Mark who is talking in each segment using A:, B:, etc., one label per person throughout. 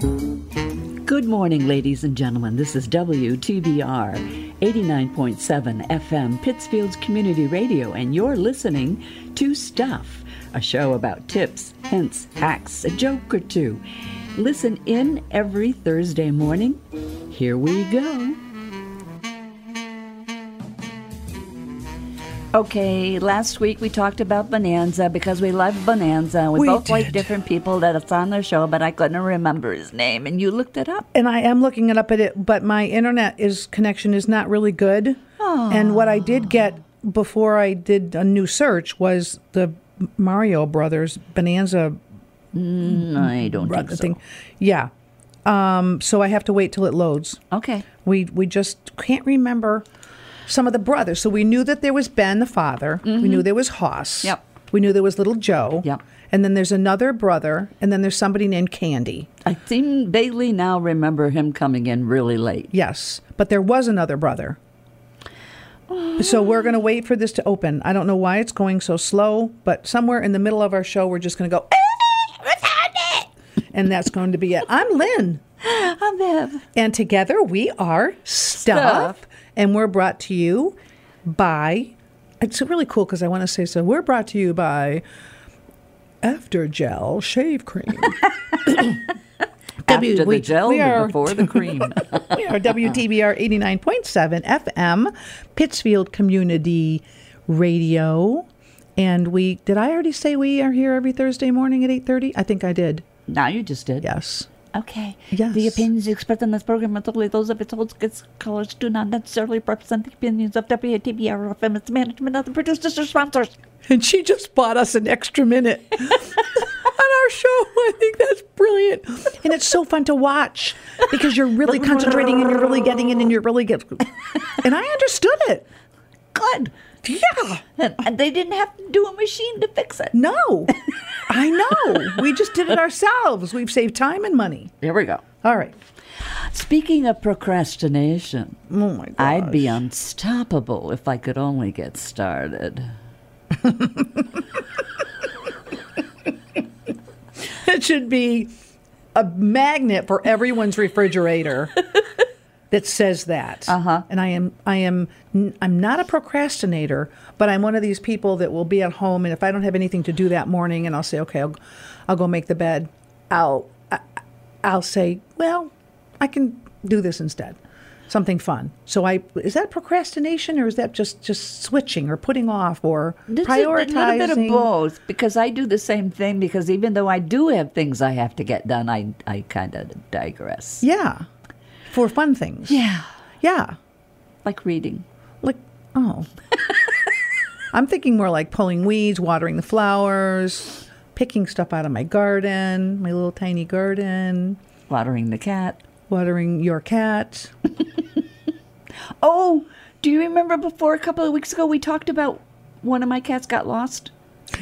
A: Good morning, ladies and gentlemen. This is WTBR 89.7 FM, Pittsfield's Community Radio, and you're listening to Stuff, a show about tips, hints, hacks, a joke or two. Listen in every Thursday morning. Here we go.
B: Okay, last week we talked about Bonanza because we love Bonanza. We,
C: We
B: both like
C: did.
B: different people that it's on their show, but I couldn't remember his name, and you looked it up.
C: and I am looking it up at it, but my internet is connection is not really good. And what I did get before I did a new search was the Mario Brothers Bonanza
B: I don't
C: brother
B: think so.
C: thing. Yeah. Um, so I have to wait till it loads.
B: Okay,
C: We we just can't remember some of the brothers. So we knew that there was Ben the father. We knew there was Hoss.
B: Mm-hmm. Yep.
C: We knew there was little Joe.
B: Yep.
C: And then there's another brother, and then there's somebody named Candy.
B: I think Bailey now remember him coming in really late.
C: Yes, but there was another brother. So we're going to wait for this to open. I don't know why it's going so slow, but somewhere in the middle of our show, we're just going to go, "Hey, we found it!" and that's going to be it. I'm Lynn,
B: I'm Viv.
C: and together we are Stuff,
B: Stuff.
C: and we're brought to you by. It's really cool because I want to say so. We're brought to you by After Gel Shave Cream.
B: After
C: W-
B: the
C: we-
B: gel
C: we are-
B: before the cream.
C: we are WTBR 89.7 FM, Pittsfield Community Radio. And we did I already say we are here every Thursday morning at 8:30? I think I did.
B: now you just did.
C: Yes.
B: Okay.
C: Yes.
B: The opinions expressed on this program are totally those of its hosts, guests, callers do not necessarily represent the opinions of WATBR FM, its management, other producers, or sponsors.
C: And she just bought us an extra minute on our show. I think that's brilliant. And it's so fun to watch because you're really concentrating and you're really getting it and you're really get And I understood it.
B: Good.
C: Yeah.
B: And, and they didn't have to do a machine to fix it.
C: No. I know. We just did it ourselves. We've saved time and money.
B: Here we go.
C: All right.
B: Speaking of procrastination,
C: Oh my god.
B: I'd be unstoppable if I could only get started.
C: It should be a magnet for everyone's refrigerator that says that. Uh-huh. And I am I am n- I'm not a procrastinator, but I'm one of these people that will be at home and if I don't have anything to do that morning and I'll say okay, I'll, I'll go make the bed. I'll I, I'll say, well, I can do this instead. Something fun. So I is that procrastination or is that just just switching or putting off or
B: It's a-
C: prioritizing?
B: A little bit of both, because I do the same thing. Because even though I do have things I have to get done, I I kind of digress.
C: Yeah. For fun things.
B: Yeah,
C: Yeah.
B: like reading.
C: Like, oh. I'm thinking more like pulling weeds, watering the flowers, picking stuff out of my garden, my little tiny garden,
B: Watering the cat.
C: watering your cat.
B: Oh, do you remember before a couple of weeks ago we talked about one of my cats got lost?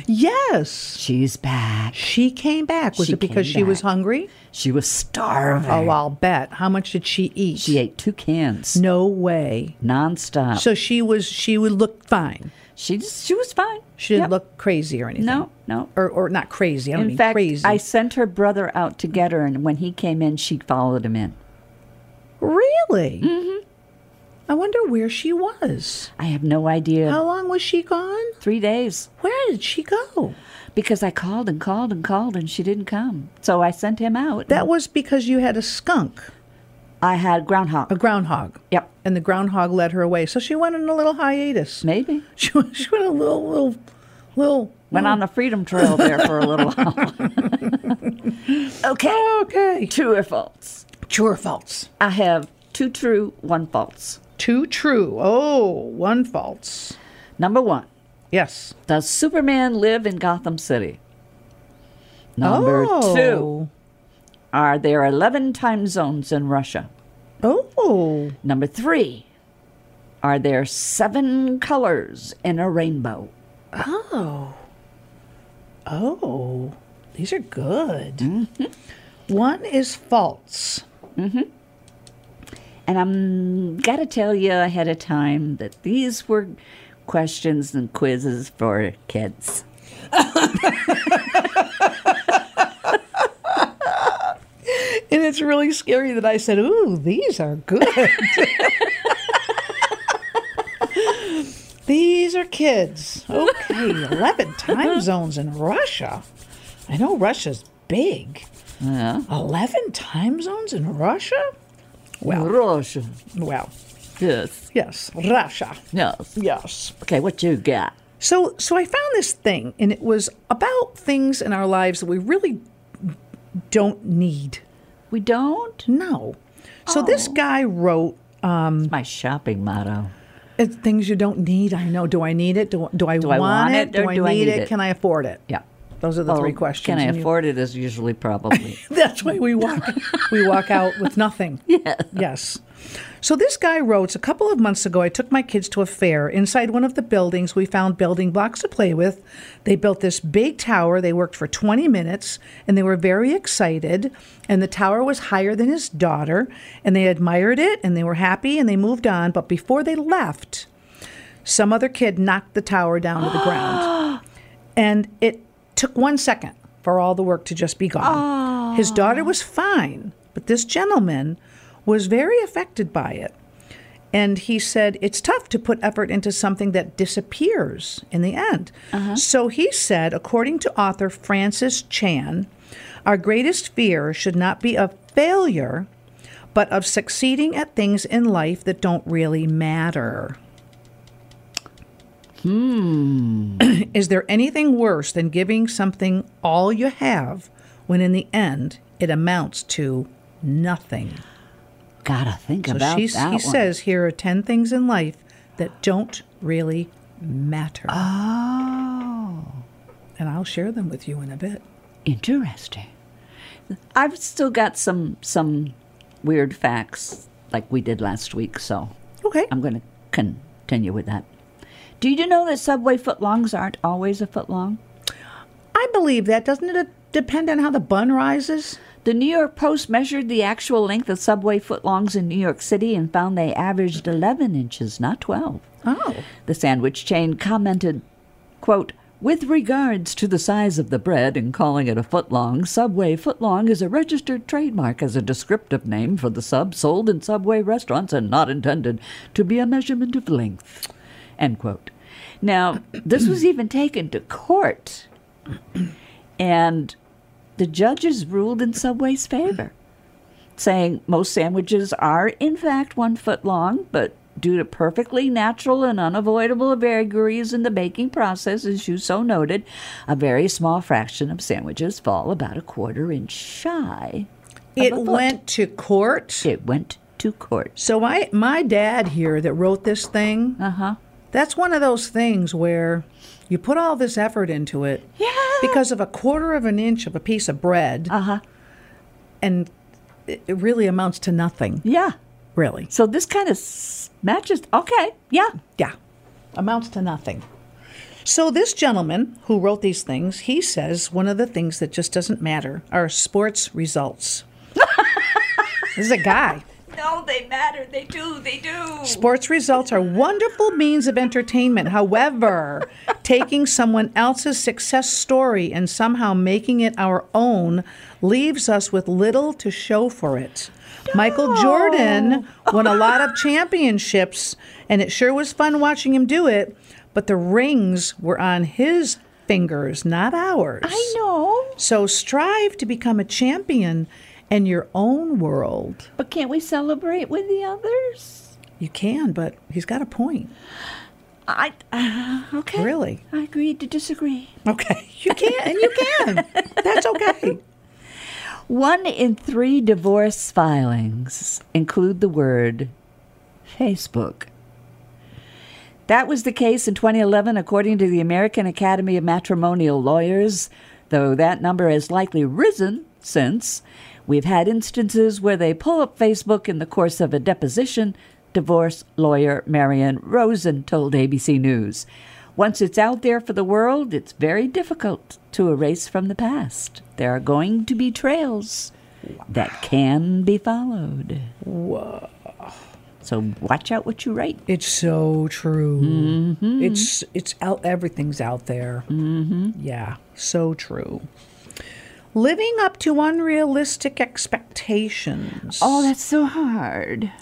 C: Yes.
B: She's back.
C: She came back. Was
B: She
C: it because
B: came
C: she was
B: back.
C: hungry?
B: She was starving.
C: Oh, I'll bet. How much did she eat?
B: She ate two cans
C: No way.
B: nonstop.
C: So she was she would look fine.
B: she just, she was fine.
C: She didn't
B: Yep.
C: look crazy or anything.
B: No, no.
C: Or or not crazy. I don't
B: In
C: mean
B: fact,
C: crazy.
B: I sent her brother out to get her, and when he came in, she followed him in.
C: Really? Mm-hmm. I wonder where she was.
B: I have no idea.
C: How long was she gone?
B: Three days
C: Where did she go?
B: because I called and called and called, and she didn't come. So I sent him out.
C: That was because you had a skunk,
B: I had groundhog.
C: a groundhog.
B: Yep,
C: And the groundhog led her away. So she went on a little hiatus.
B: maybe
C: She went, she went a little, little, little.
B: went on the freedom trail there for a little while. okay,
C: Okay.
B: true or false?
C: True or false?
B: I have two true, one false.
C: Two true. Oh, one false.
B: Number one,
C: Yes.
B: does Superman live in Gotham City? Number
C: oh.
B: two,
A: are there 11 time zones in Russia?
C: Oh,
A: Number three, are there seven colors in a rainbow?
C: oh, these are good. One is false.
A: And I'm got to tell you ahead of time that these were questions and quizzes for kids.
C: And it's really scary that I said, ooh, these are good. these are kids. Okay, 11 time zones in Russia. I know Russia's big. 11 time zones in Russia? Well,
A: Russia.
C: well,
A: Yes.
C: yes, Russia.
A: Yes.
C: Yes.
A: Okay, what you got?
C: So, so I found this thing, and it was about things in our lives that we really don't need.
A: We don't?
C: No. So this guy wrote
A: It's my shopping motto.
C: It's things you don't need. I know. Do I need it? Do, do I,
A: Do
C: want,
A: I want
C: it?
A: it or do I need it?
C: Can I afford it?
A: Yeah.
C: Those are the
A: Well,
C: three questions.
A: Oh, Can I
C: and you-
A: afford it is usually probably.
C: That's why we walk. we walk out with nothing. Yeah. Yes. So this guy wrote a couple of months ago. I took my kids to a fair. Inside one of the buildings, we found building blocks to play with. They built this big tower. They worked for 20 minutes, and they were very excited. And the tower was higher than his daughter, and they admired it, and they were happy, and they moved on. But before they left, some other kid knocked the tower down to the ground. And it took one second for all the work to just be gone. His daughter was fine, but this gentleman was very affected by it. And he said, It's tough to put effort into something that disappears in the end. So he said, according to author Francis Chan, our greatest fear should not be of failure, but of succeeding at things in life that don't really matter. Is there anything worse than giving something all you have when in the end it amounts to nothing?
A: Gotta think
C: So
A: about
C: she's-
A: that
C: he
A: one.
C: says here are 10 things in life that don't really matter. Oh. And I'll share them with you in a bit.
A: Interesting. I've still got some some weird facts like we did last week, so
C: Okay.
A: I'm going to continue with that. Do you know that Subway footlongs aren't always a footlong?
C: I believe that. Doesn't it depend on how the bun rises?
A: The New York Post measured the actual length of Subway footlongs in New York City and found they averaged 11 inches, not 12.
C: Oh.
A: The sandwich chain commented, quote, with regards to the size of the bread and calling it a footlong, Subway footlong is a registered trademark as a descriptive name for the sub sold in Subway restaurants and not intended to be a measurement of length. End quote. Now, this was even taken to court, and the judges ruled in Subway's favor saying most sandwiches are in fact one foot long, but due to perfectly natural and unavoidable vagaries in the baking process, as you so noted, a very small fraction of sandwiches fall about a quarter inch shy. of
C: It
A: a foot.
C: went to court.
A: It went to court.
C: So I, my dad here that wrote this thing,
A: Uh huh.
C: that's one of those things where you put all this effort into it
A: Yeah.
C: because of a quarter of an inch of a piece of bread
A: Uh huh.
C: and it it really amounts to nothing
A: Yeah.
C: really
A: So this kind of s- matches. Okay. Yeah.
C: yeah amounts to nothing so this gentleman who wrote these things he says one of the things that just doesn't matter are sports results this is a guy
B: No, they matter. They do. They do.
C: Sports results are wonderful means of entertainment. However, taking someone else's success story and somehow making it our own leaves us with little to show for it. Michael Jordan won a lot of championships, and it sure was fun watching him do it, but the rings were on his fingers, not ours.
B: I know.
C: So strive to become a champion in your own world.
B: But can't we celebrate with the others?
C: You can, but he's got a point.
B: I. Uh, okay.
C: Really?
B: I agreed to disagree.
C: Okay. You can, and you can. That's okay.
A: One in three divorce filings include the word Facebook. That was the case in 2011, according to the American Academy of Matrimonial Lawyers, though that number has likely risen since.
B: We've had instances where they pull up Facebook in the course of a deposition, divorce lawyer Marion Rosen told ABC News. Once it's out there for the world, it's very difficult to erase from the past. There are going to be trails that can be followed. Whoa. So watch out what you write.
C: It's so true. It's it's out. Everything's out there. Mm-hmm. Yeah, so true. Living up to unrealistic expectations.
B: Oh, that's so hard.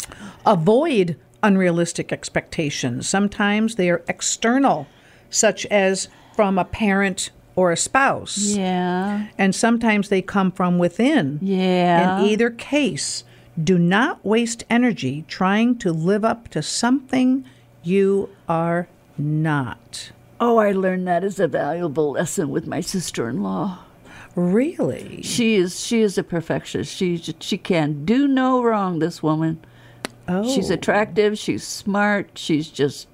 C: Avoid unrealistic expectations. Sometimes they are external, such as from a parent or a spouse.
B: Yeah.
C: And sometimes they come from within.
B: Yeah.
C: In either case, do not waste energy trying to live up to something you are not.
B: Oh, I learned that as a valuable lesson with my sister-in-law.
C: Really?
B: She is she is a perfectionist. She she can do no wrong. This woman.
C: Oh.
B: She's attractive. She's smart. She's just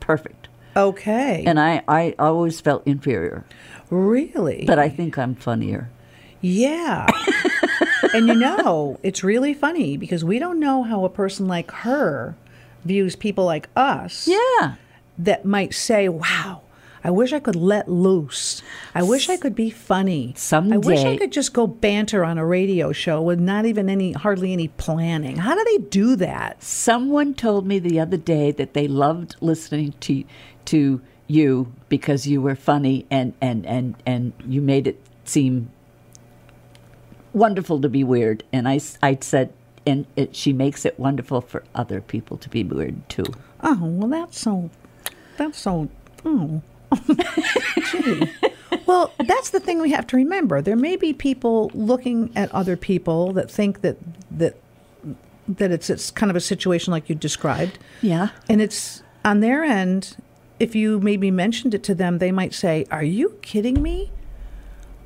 B: perfect.
C: Okay.
B: And I I always felt inferior,
C: really?
B: but I think I'm funnier.
C: Yeah. and you know, it's really funny because we don't know how a person like her views people like us
B: Yeah.
C: that might say, wow. I wish I could let loose. I wish I could be funny. I wish I
B: Someday-
C: could just go banter on a radio show with not even any, hardly any planning. How do they do that?
B: Someone told me the other day that they loved listening to to you because you were funny and and and and you made it seem wonderful to be weird. And I s- I said, and it, she makes it wonderful for other people to be weird too.
C: Oh well, that's so. That's so. Oh, gee. Well, that's the thing we have to remember. There may be people looking at other people that think that that that it's it's kind of a situation like you described,
B: Yeah.
C: and it's on their end. If you maybe mentioned it to them, they might say, "Are you kidding me?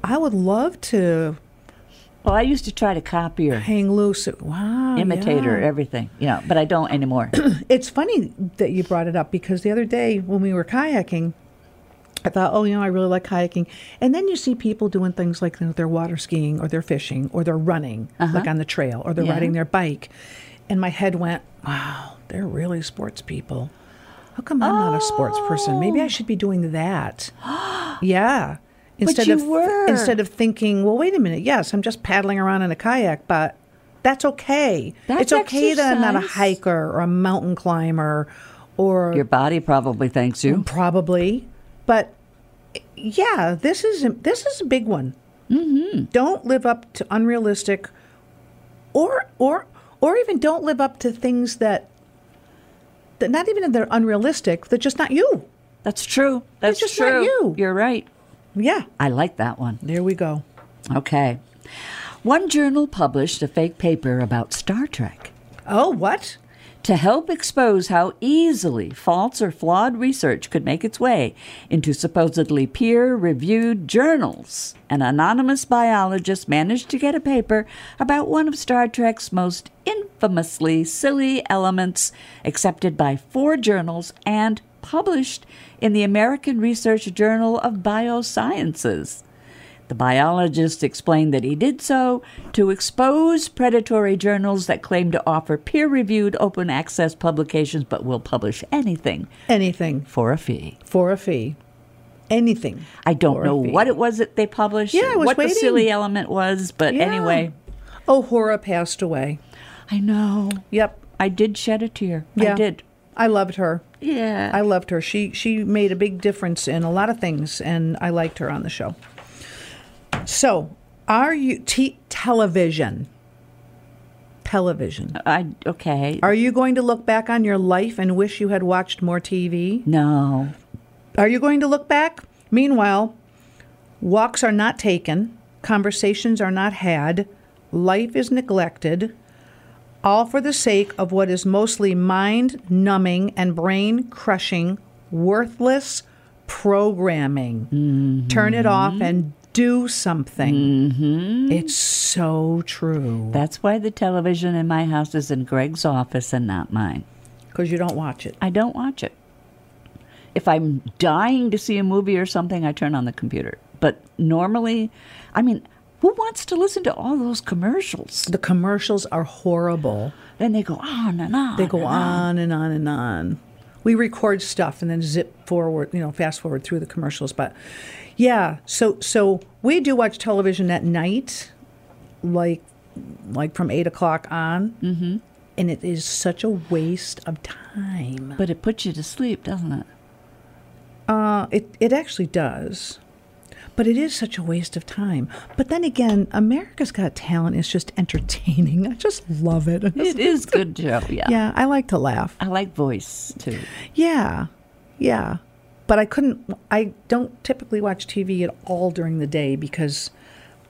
C: I would love to
B: Well, I used to try to copy her,
C: hang loose." Wow,
B: imitate her,
C: yeah.
B: everything, you know, but I don't anymore.
C: It's funny that you brought it up because the other day when we were kayaking, I thought, oh, you know, I really like kayaking. And then you see people doing things like you know, they're water skiing or they're fishing or they're running, like on the trail, or they're
B: Uh-huh. Yeah.
C: riding their bike. And my head went, wow, they're really sports people. How come I'm not a sports person? Maybe
B: Oh.
C: I should be doing that. yeah. Instead
B: you
C: of
B: were.
C: instead of thinking, well, wait a minute. Yes, I'm just paddling around in a kayak, but that's okay.
B: That's
C: it's okay that I'm not a
B: exercise.
C: hiker or a mountain climber or
B: Your body probably thanks you.
C: probably but yeah this is this is a big one mm-hmm. don't live up to unrealistic or or or even don't live up to things that that not even if they're unrealistic they're just not you
B: That's true. That's
C: just not
B: true.
C: you.
B: You're right.
C: yeah
B: I like that one.
C: there we go
B: Okay. One journal published a fake paper about Star Trek
C: oh what
B: to help expose how easily false or flawed research could make its way into supposedly peer reviewed journals. An anonymous biologist managed to get a paper about one of Star Trek's most infamously silly elements, accepted by four journals and published in the American Research Journal of Biosciences. The biologist explained that he did so to expose predatory journals that claim to offer peer reviewed open access publications but will publish anything
C: anything
B: for a fee.
C: for a fee anything
B: I don't
C: For a
B: know
C: fee.
B: what it was that they published,
C: Yeah, I was
B: what
C: waiting.
B: the silly element was, but
C: Yeah.
B: anyway,
C: oh hora passed away
B: I know.
C: yep
B: I did shed a tear.
C: yeah
B: I did.
C: i loved her
B: Yeah.
C: I loved her. She she made a big difference in a lot of things, and I liked her on the show. So, are you t- television? Television.
B: I, okay.
C: Are you going to look back on your life and wish you had watched more TV?
B: no.
C: Are you going to look back? Meanwhile, walks are not taken, conversations are not had, life is neglected, all for the sake of what is mostly mind numbing and brain crushing, worthless programming. Turn it off and do something. It's so true
B: That's why the television in my house is in Greg's office and not mine.
C: because you don't watch it.
B: I don't watch it. If I'm dying to see a movie or something, I turn on the computer. But normally, I mean, Who wants to listen to all those commercials?
C: The commercials are horrible.
B: Then they go on and on.
C: They go
B: and on.
C: on and on and on. We record stuff and then zip forward, you know, fast forward through the commercials. But yeah, so so we do watch television at night, like like from eight o'clock on, mm-hmm. and it is such a waste of time.
B: But it puts you to sleep, doesn't it?
C: Uh, it it actually does, but it is such a waste of time. But then again, America's Got Talent is just entertaining. I just love it.
B: It is good show, yeah.
C: Yeah, I like to laugh.
B: I like voice too.
C: Yeah, yeah. But I couldn't, I don't typically watch TV at all during the day because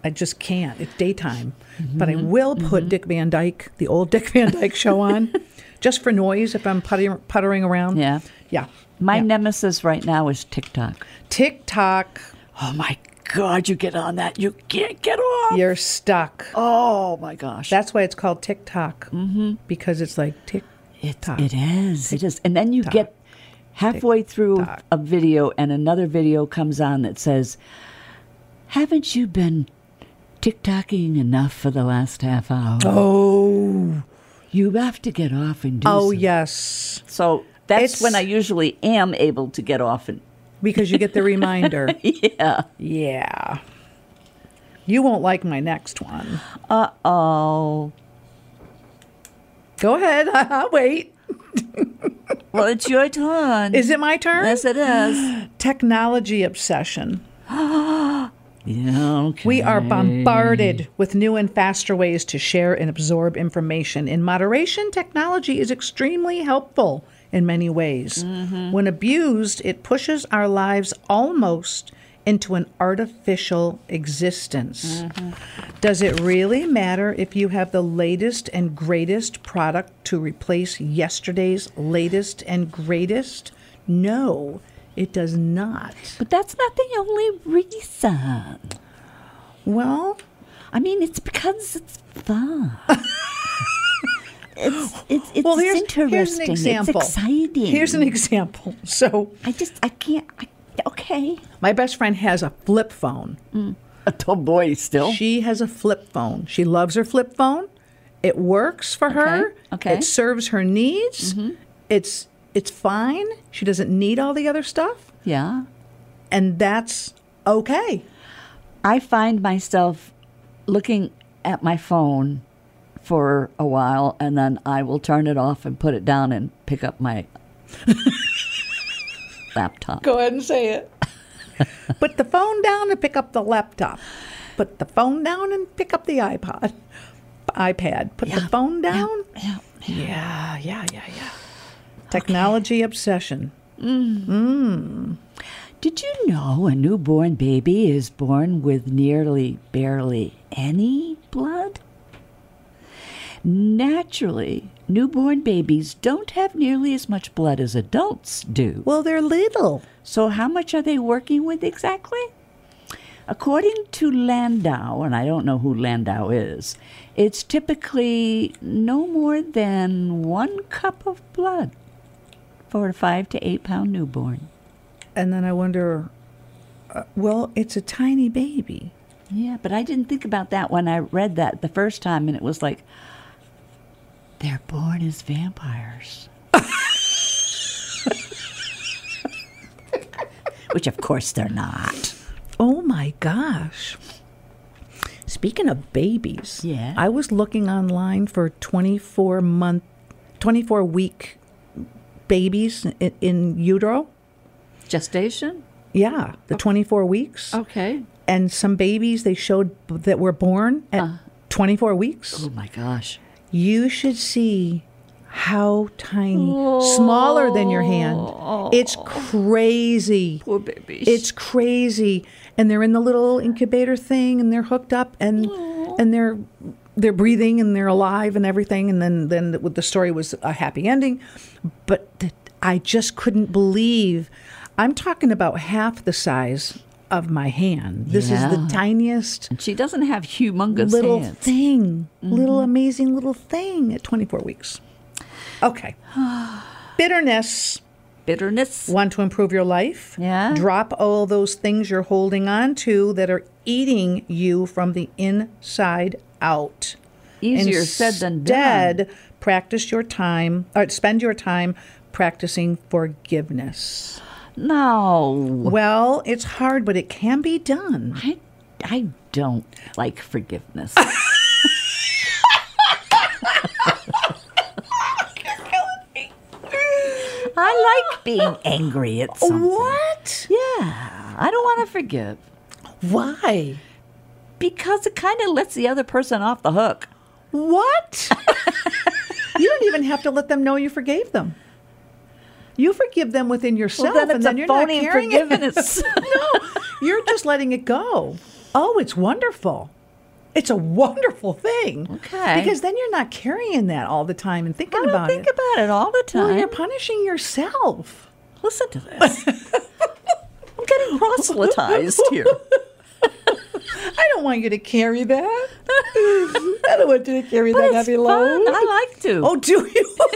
C: I just can't. It's daytime. But
B: Mm-hmm.
C: I will put Dick Van Dyke, the old Dick Van Dyke show on just for noise if I'm puttering, puttering around.
B: Yeah.
C: Yeah.
B: My
C: yeah.
B: nemesis right now is TikTok.
C: TikTok,
B: Oh my God, you get on that. You can't get off.
C: you're stuck.
B: Oh my gosh.
C: That's why it's called TikTok mm-hmm. because it's like tick tock.
B: It is. It is. And then you get halfway through a video, and another video comes on that says, Haven't you been TikToking enough for the last half hour?
C: Oh,
B: You have to get off and do
C: oh
B: some-"
C: yes,
B: So that's
C: It's-
B: when I usually am able to get off and.
C: because you get the reminder. yeah, yeah. You won't like my next one.
B: Uh oh.
C: Go ahead. Wait,
B: Well, it's your turn.
C: is it my turn?
B: yes, it is.
C: Technology obsession.
B: yeah, okay.
C: We are bombarded with new and faster ways to share and absorb information. In moderation, technology is extremely helpful in many ways. When abused, it pushes our lives almost into an artificial existence. Does it really matter if you have the latest and greatest product to replace yesterday's latest and greatest? No, it does not.
B: But that's not the only reason.
C: Well,
B: I mean, it's because it's fun. it's it's it's,
C: well, here's,
B: interesting.
C: here's an example.
B: It's exciting.
C: Here's an example. So,
B: I just I can't. I, okay.
C: my best friend has a flip phone.
B: A tall boy still.
C: She has a flip phone. She loves her flip phone. It works for her.
B: okay. Mm-hmm.
C: It serves her needs. It's it's fine. She doesn't need all the other stuff,
B: yeah.
C: and that's okay.
B: I find myself looking at my phone for a while, and then I will turn it off and put it down and pick up my laptop.
C: Go ahead and say it. Put the phone down and pick up the laptop. Put the phone down and pick up the iPod. iPad. Put the phone down.
B: Yeah.
C: Yeah, yeah, yeah, yeah. Technology obsession.
B: Did you know a newborn baby is born with nearly barely any blood? Naturally, newborn babies don't have nearly as much blood as adults do.
C: Well, they're little.
B: So, how much are they working with exactly? According to Landau, and I don't know who Landau is, it's typically no more than one cup of blood for a five to eight pound newborn.
C: And then I wonder, uh, well, it's a tiny baby.
B: Yeah, but I didn't think about that when I read that the first time, and it was like, they're born as vampires. Which, of course, they're not.
C: Oh my gosh. Speaking of babies,
B: Yeah.
C: I was looking online for 24 month 24 week babies in, in utero.
B: Gestation?
C: Yeah, the 24 weeks.
B: Okay.
C: And some babies they showed b- that were born at 24 weeks.
B: Oh my gosh.
C: You should see how tiny, smaller than your hand. It's crazy.
B: Poor babies.
C: It's crazy. And they're in the little incubator thing and they're hooked up and and they're they're breathing and they're alive and everything and then then the, the story was a happy ending. But th- I just couldn't believe I'm talking about half the size of my hand. This is
B: Yeah.
C: the tiniest
B: and she doesn't have humongous
C: little
B: hands.
C: thing, little
B: Mm-hmm.
C: amazing little thing at 24 weeks. Okay. Bitterness.
B: Bitterness.
C: Want to improve your life?
B: Yeah.
C: Drop all those things you're holding on to that are eating you from the inside out.
B: Easier said than done.
C: Instead, practice your time, or spend your time practicing forgiveness.
B: No,
C: Well, it's hard, but it can be done.
B: I, I don't like forgiveness. I like being angry at something.
C: What?
B: Yeah, I don't want to forgive
C: Why?
B: because it kind of lets the other person off the hook.
C: What? you don't even have to let them know you forgave them. You forgive them within yourself,
B: then
C: and
B: it's
C: then
B: a
C: you're
B: phony
C: not carrying it.
B: forgiveness.
C: no, you're just letting it go. Oh, it's wonderful. It's a wonderful thing.
B: Okay.
C: Because then you're not carrying that all the time and thinking
B: I don't
C: about
B: think
C: it.
B: about it all the time.
C: Well, you're punishing yourself.
B: Listen to this. I'm getting proselytized here.
C: I don't want you to carry that. I don't want you to carry
B: But
C: that
B: it's
C: heavy
B: fun.
C: load.
B: I like to.
C: Oh, do you?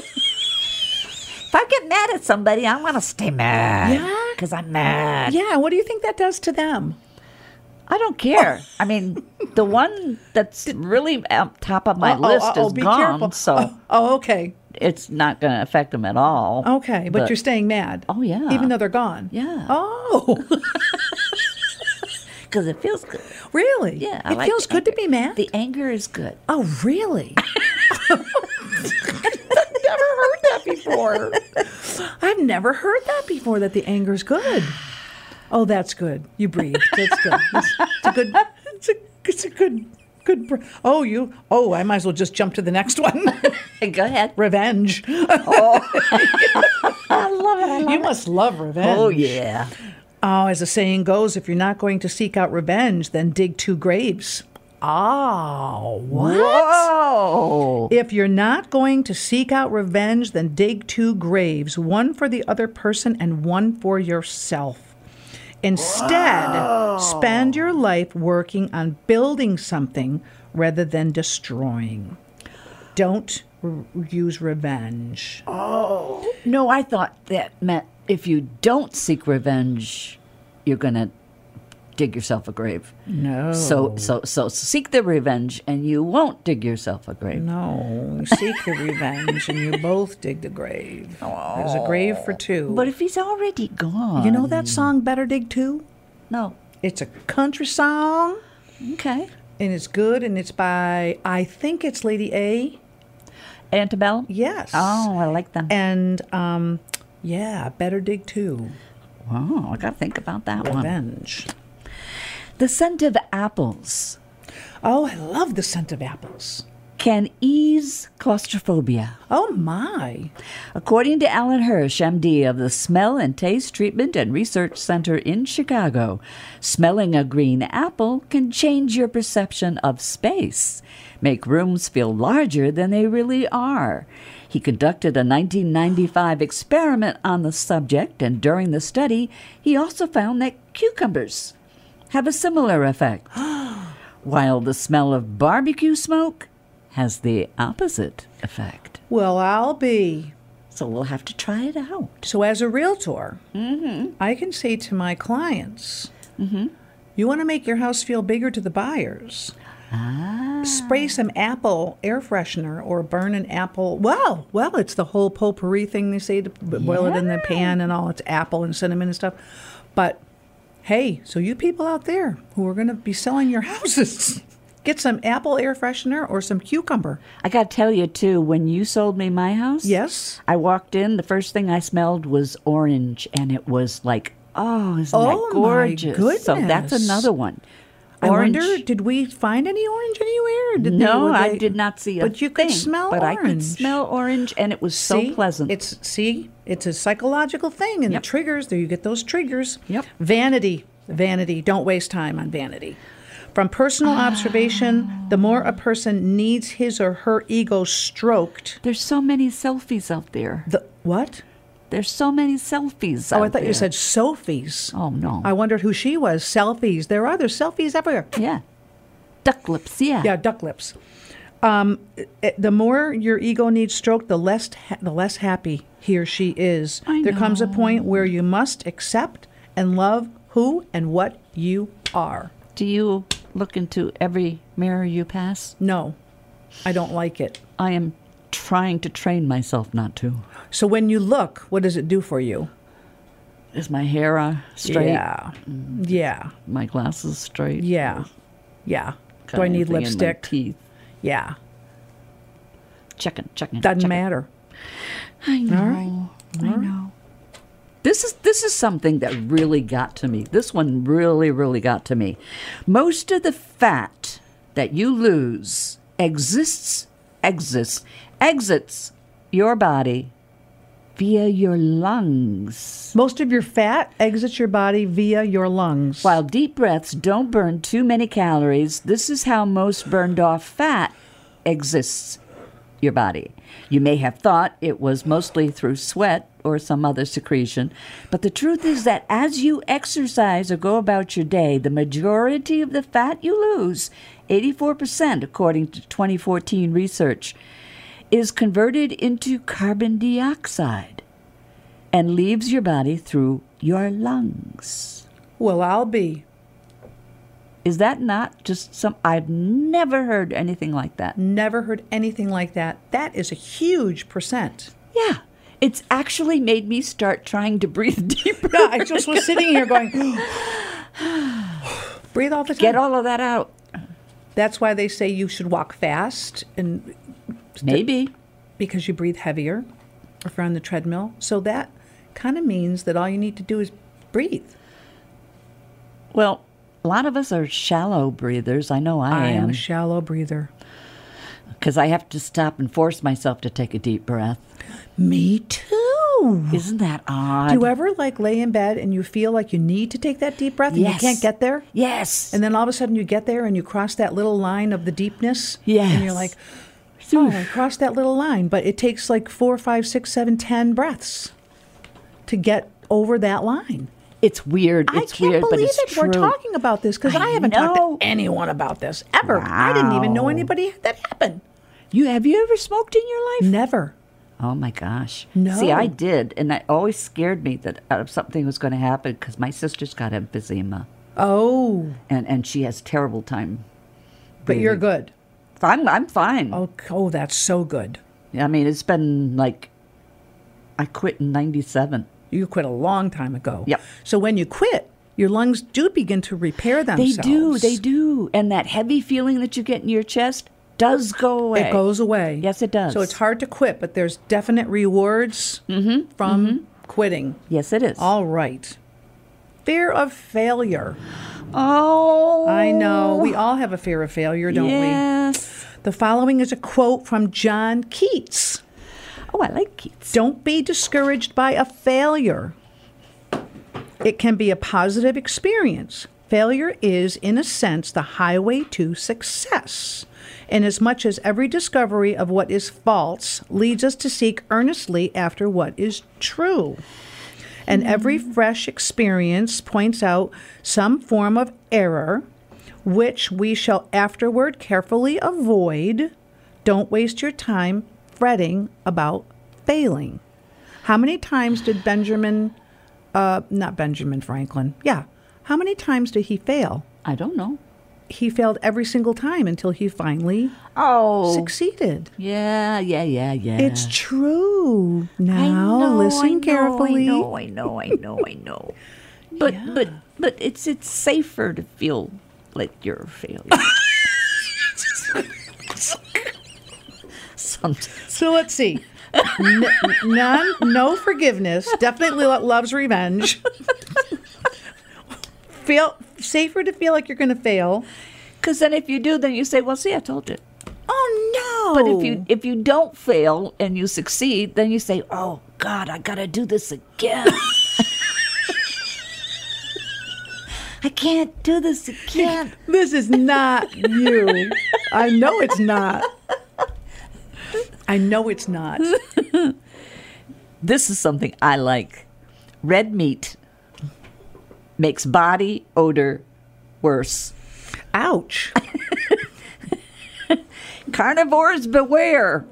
B: If I get mad at somebody, I want to stay mad.
C: Yeah?
B: Because I'm mad.
C: yeah. What do you think that does to them?
B: I don't care.
C: Oh.
B: I mean, the one that's really up top of my
C: Oh, oh,
B: list
C: oh, oh,
B: is
C: be
B: gone,
C: careful.
B: so
C: Oh, oh, okay.
B: it's not going to affect them at all.
C: Okay, but, you're staying mad.
B: Oh, yeah.
C: Even though they're gone.
B: Yeah.
C: Oh,
B: because it feels good.
C: really?
B: Yeah,
C: It
B: I like
C: feels
B: the
C: good to
B: anger.
C: be mad.
B: The anger is good.
C: oh, really?
B: Never heard that before.
C: I've never heard that before. That the anger's good. Oh, that's good. You breathe. That's good. It's, it's a good. It's a. It's a good. Good. Br- oh, you. Oh, I might as well just jump to the next one.
B: Go ahead.
C: revenge.
B: Oh. I love it. I love
C: You
B: it.
C: must love revenge.
B: Oh yeah.
C: Oh, as the saying goes, if you're not going to seek out revenge, then dig two graves. Oh, what?
B: Whoa.
C: If you're not going to seek out revenge, then dig two graves, one for the other person and one for yourself. Instead, spend your life working on building something rather than destroying. Don't r- use revenge.
B: No, I thought that meant if you don't seek revenge, you're gonna dig yourself a grave.
C: No.
B: So so so seek the revenge, and you won't dig yourself a grave.
C: Mm. No, you seek the revenge and you both dig the grave. There's a grave for two.
B: But if he's already gone,
C: you know that song, Better Dig Two?
B: No.
C: It's a country song.
B: Okay.
C: and it's good and it's by I think it's Lady A.
B: Antebellum.
C: Yes.
B: Oh, I like them.
C: And um yeah, better dig too.
B: Wow, Oh, I gotta think about that one.
C: Revenge.
B: The scent of apples
C: Oh, I love the scent of apples.
B: can ease claustrophobia.
C: Oh my.
B: According to Alan Hirsch, MD of the Smell and Taste Treatment and Research Center in Chicago, smelling a green apple can change your perception of space, make rooms feel larger than they really are. He conducted a 1995 experiment on the subject, and during the study, he also found that cucumbers have a similar effect, while the smell of barbecue smoke has the opposite effect.
C: Well, I'll be.
B: So we'll have to try it out.
C: So as a realtor, I can say to my clients, you want to make your house feel bigger to the buyers. Spray some apple air freshener or burn an apple. Well, well, it's the whole potpourri thing they say to b- boil it in the pan and all. It's apple and cinnamon and stuff. But hey, so you people out there who are going to be selling your houses, get some apple air freshener or some cucumber.
B: I got to tell you, too, when you sold me my house,
C: Yes.
B: I walked in, the first thing I smelled was orange, and it was like, oh, isn't
C: Oh,
B: that
C: my
B: gorgeous? So that's
C: goodness.
B: another one.
C: I wonder, did we find any orange anywhere? Did they-
B: no,
C: were
B: I
C: they-
B: did not see a
C: But you
B: thing,
C: could smell
B: But
C: orange.
B: I could smell orange, and it was so pleasant.
C: It's see, it's a psychological thing, and
B: Yep.
C: the triggers. There you get those triggers.
B: Yep.
C: Vanity, vanity. Don't waste time on vanity. From personal
B: Ah.
C: observation, the more a person needs his or her ego stroked,
B: There's so many selfies out there.
C: the what?
B: There's so many selfies
C: Oh,
B: out
C: I thought
B: there.
C: you said selfies.
B: Oh, no.
C: I wondered who she was. Selfies. There are other selfies everywhere.
B: Yeah. Duck lips, yeah.
C: Yeah, duck lips. Um, it- the more your ego needs stroked, the less ha- the less happy he or she is.
B: I
C: there comes a point where you must accept and love who and what you are.
B: Do you look into every mirror you pass?
C: No, I don't like it.
B: I am trying to train myself not to.
C: So when you look, what does it do for you?
B: Is my hair uh, straight? Mm.
C: Yeah. Yeah.
B: My glasses straight?
C: Yeah. Yeah.
B: Got
C: Do I need
B: anything in my
C: lipstick?
B: teeth?
C: Yeah.
B: Checking, checking.
C: Doesn't
B: checking.
C: matter.
B: I know. I know. This is this is something that really got to me. This one really really got to me. Most of the fat that you lose exists exists exits your body via your lungs.
C: Most of your fat exits your body via your lungs.
B: While deep breaths don't burn too many calories, this is how most burned off fat exists your body. You may have thought it was mostly through sweat or some other secretion, but the truth is that as you exercise or go about your day, the majority of the fat you lose, 84% according to 2014 research, is converted into carbon dioxide and leaves your body through your lungs.
C: Well, I'll be.
B: Is that not just some? I've never heard anything like that.
C: Never heard anything like that. That is a huge percent.
B: Yeah, it's actually made me start trying to breathe deeper.
C: Yeah, I just was sitting here going, breathe all the time.
B: Get all of that out.
C: That's why they say you should walk fast and
B: Maybe.
C: because you breathe heavier if you're on the treadmill. So that kind of means that all you need to do is breathe.
B: Well, a lot of us are shallow breathers. I know
C: I
B: I,
C: am
B: am
C: a shallow breather.
B: because I have to stop and force myself to take a deep breath.
C: Me too.
B: Isn't that odd?
C: Do you ever like lay in bed and you feel like you need to take that deep breath and you can't get there?
B: Yes.
C: And then all of a sudden you get there and you cross that little line of the deepness. And
B: Yes.
C: you're like, oh, I crossed that little line. But it takes like four, five, six, seven, ten breaths to get over that line.
B: it's weird. It's
C: I can't
B: weird, but
C: believe
B: it's
C: it. We're
B: true.
C: talking about this because I,
B: I
C: haven't
B: know.
C: talked to anyone about this ever. I didn't even know
B: Wow.
C: anybody had that happened.
B: You have you ever smoked in your life?
C: Never.
B: Oh my gosh.
C: No.
B: See, I did, and it always scared me that uh, something was going to happen because my sister's got emphysema,
C: Oh,
B: and, and she has terrible time.
C: but you're good.
B: I'm, I'm fine.
C: Oh, c- oh, that's so good.
B: I mean, it's been like, I quit in 97.
C: You quit a long time ago.
B: Yep.
C: So when you quit, your lungs do begin to repair
B: They
C: themselves.
B: do, they do. And that heavy feeling that you get in your chest does go away.
C: It goes away.
B: Yes, it does.
C: So it's hard to quit, but there's definite rewards
B: Mm-hmm.
C: from quitting.
B: Yes, it is.
C: All right. Fear of failure.
B: oh.
C: I know. We all have a fear of failure, don't
B: yes.
C: we? The following is a quote from John Keats
B: Oh, I like Keats.
C: Don't be discouraged by a failure. It can be a positive experience. Failure is, in a sense, the highway to success. Inasmuch as every discovery of what is false leads us to seek earnestly after what is true. And
B: Mm-hmm.
C: every fresh experience points out some form of error, which we shall afterward carefully avoid. Don't waste your time fretting about failing. How many times did Benjamin, uh, not Benjamin Franklin, yeah, how many times did he fail?
B: I don't know.
C: He failed every single time until he finally
B: Oh.
C: succeeded.
B: Yeah, yeah, yeah, yeah.
C: It's true. Now
B: know,
C: listen
B: I know,
C: carefully.
B: I know, I know, I know, I know. But but but it's it's safer to feel like you're a failure. Sometimes.
C: So let's see. N- none, no forgivenness. Definitely lo- loves revenge. feel safer to feel like you're going to fail.
B: Because then if you do, then you say, "Well, see, I told you."
C: Oh no!
B: But if you if you don't fail and you succeed, then you say, "Oh God, I gotta do this again." I can't do this again.
C: This is not you. I know it's not. I know it's not.
B: This is something I like. Red meat makes body odor worse.
C: Ouch.
B: Carnivores beware.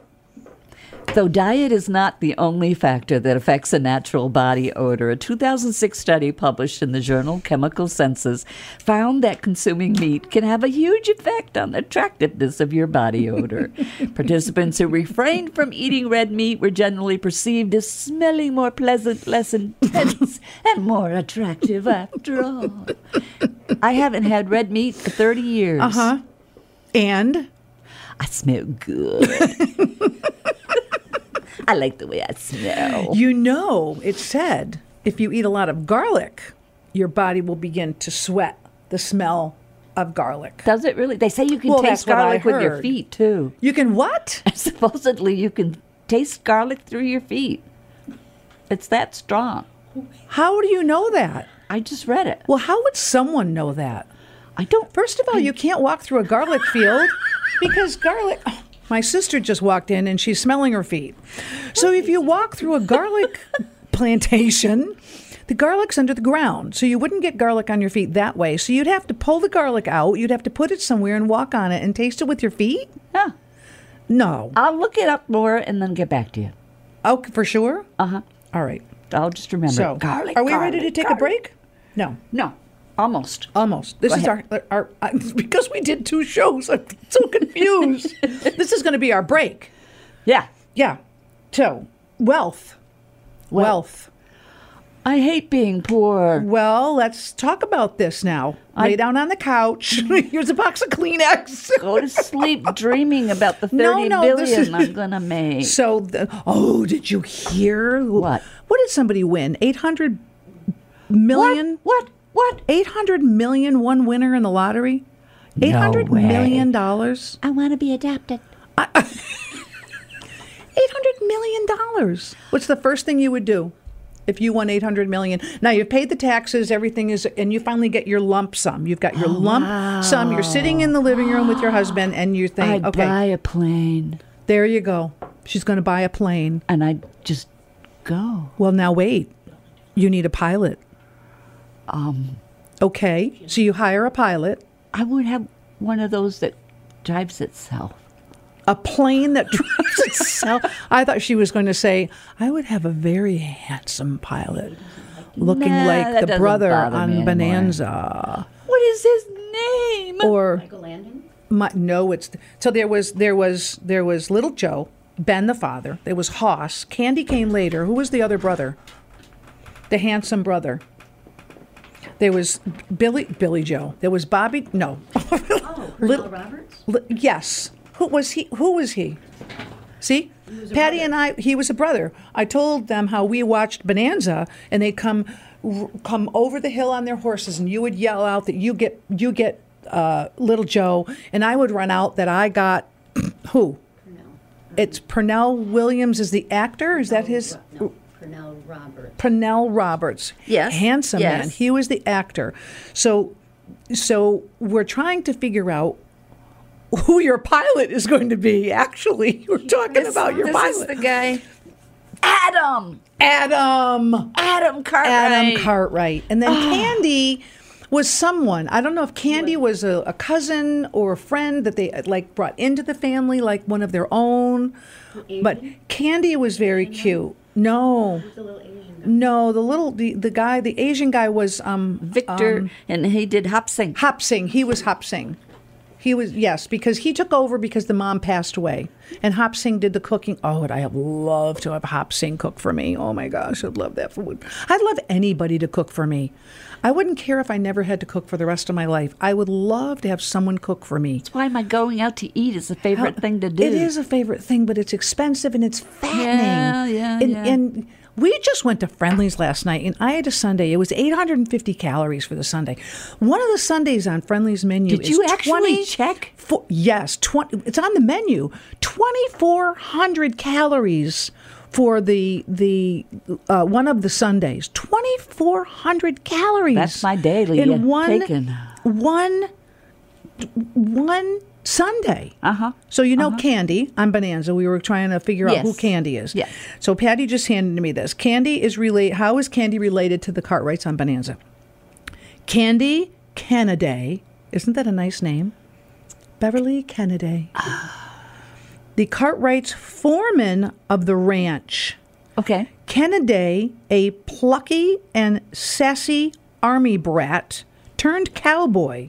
B: Though diet is not the only factor that affects a natural body odor, a 2006 study published in the journal Chemical Senses found that consuming meat can have a huge effect on the attractiveness of your body odor. Participants who refrained from eating red meat were generally perceived as smelling more pleasant, less intense, and more attractive after all. I haven't had red meat for 30 years. Uh
C: Uh-huh.
B: huh.
C: And
B: I smell good. I like the way I smell.
C: you know, it said if you eat a lot of garlic, your body will begin to sweat the smell of garlic.
B: Does it really? They say you can
C: Well, that's
B: taste
C: what I
B: garlic with your
C: heard.
B: feet too.
C: You can what?
B: Supposedly, you can taste garlic through your feet. It's that strong.
C: How do you know that?
B: I just read it.
C: Well, how would someone know that?
B: I don't.
C: First of all, you can't walk through a garlic field because garlic. oh, My sister just walked in and she's smelling her feet. So if you walk through a garlic plantation, the garlic's under the ground. So you wouldn't get garlic on your feet that way. So you'd have to pull the garlic out, you'd have to put it somewhere and walk on it and taste it with your feet?
B: Yeah.
C: No.
B: I'll look it up more and then get back to you.
C: Oh, for sure? Uh huh. All right.
B: I'll just remember.
C: So,
B: it. Uh-huh. garlic.
C: are we
B: garlic,
C: ready to take a
B: garlic.
C: break? No.
B: No, almost.
C: Almost. This
B: Go
C: is our, our, our because we did two shows. I'm so confused. this is going to be our break.
B: Yeah.
C: Yeah. So, wealth. Wealth.
B: I hate being poor.
C: Well, let's talk about this now. Lay down on the couch. Here's a box of Kleenex.
B: Go to sleep dreaming about the
C: No,
B: thirty
C: no, this
B: billion
C: is-
B: I'm gonna make.
C: So, the, oh, did you hear?
B: What?
C: What did somebody win? 800 million?
B: What? What?
C: 800 million one winner in the lottery? Eight hundred
B: way.
C: million dollars?
B: I want to be adopted.
C: $800 million. What's the first thing you would do if you won $800 million? Now, you've paid the taxes, everything is, and you finally get your lump sum. You've
B: Oh,
C: got your lump sum. You're sitting in the living room with your husband, and you think,
B: I'd
C: okay,
B: buy a plane
C: there you go. She's going to buy a plane.
B: and I'd just go.
C: Well, now wait. You need a pilot.
B: Um,
C: Okay. So you hire a pilot,
B: I would have one of those that drives itself.
C: a plane that drives itself. I thought she was going to say, I would have a very handsome pilot looking
B: Nah, that
C: like the
B: doesn't
C: brother
B: bother me
C: on
B: anymore.
C: Bonanza.
B: What is his name?
C: or Michael Landon. My, no, it's so there was there was there was little Joe, Ben the father. There was Hoss. Candy came later. Who was the other brother? The handsome brother. There was Billy Billy Joe. There was Bobby. No, Little Oh, Roberts. yes. Who was he? Who was he? See, Patty and I. He was a brother. I told them how we watched Bonanza, and they come r- come over the hill on their horses, and you would yell out that you get you get uh, little Joe, and I would run out that I got who? It's Pernell Williams is the actor. Is that his?
D: No, Pernell Roberts.
C: Pernell Roberts.
B: Yes,
C: Handsome
B: yes.
C: man. He was the actor. So so we're trying to figure out who your pilot is going to be. Actually, we're talking about your
B: this
C: pilot.
B: is the guy. Adam.
C: Adam.
B: Adam Cartwright. Ah.
C: Adam Cartwright. And then Candy was someone. I don't know if Candy was a, a cousin or a friend that they uh, like brought into the family, like one of their own. But Candy was very cute. No. No, the little the, the guy, the Asian guy was um
B: Victor,
C: um,
B: and he did Hop Sing.
C: Hop Sing. He was Hop Sing. He was yes, because he took over because the mom passed away, and Hop Sing did the cooking. Oh, would I have loved to have Hop Sing cook for me? Oh my gosh, I'd love that food. I'd love anybody to cook for me. I wouldn't care if I never had to cook for the rest of my life. I would love to have someone cook for me.
B: Why am I going out to eat? Is a favorite thing to do.
C: It is a favorite thing, but it's expensive and it's fattening.
B: Yeah, yeah,
C: and,
B: yeah.
C: and we just went to Friendlies last night, and I had a Sunday. It was 850 calories for the Sunday. One of the Sundays on Friendlies menu
B: Did
C: is
B: you actually
C: 20
B: check?
C: Four, yes, 20, it's on the menu. 2,400 calories for the the uh, one of the Sundays. 2,400 calories.
B: That's my daily,
C: in
B: uh,
C: one
B: taken.
C: one one Sunday.
B: Uh-huh.
C: So you know Candy on Bonanza. We were trying to figure out who
B: Yes.
C: Candy is.
B: Yes.
C: So Patty just handed me this. Candy is relate. How is Candy related to the Cartwrights on Bonanza? Candy
B: Ah.
C: Kennedy. Isn't that a nice name? Beverly Kennedy. the Cartwrights foreman of the ranch.
B: Okay.
C: Kenneday, a plucky and sassy army brat turned cowboy.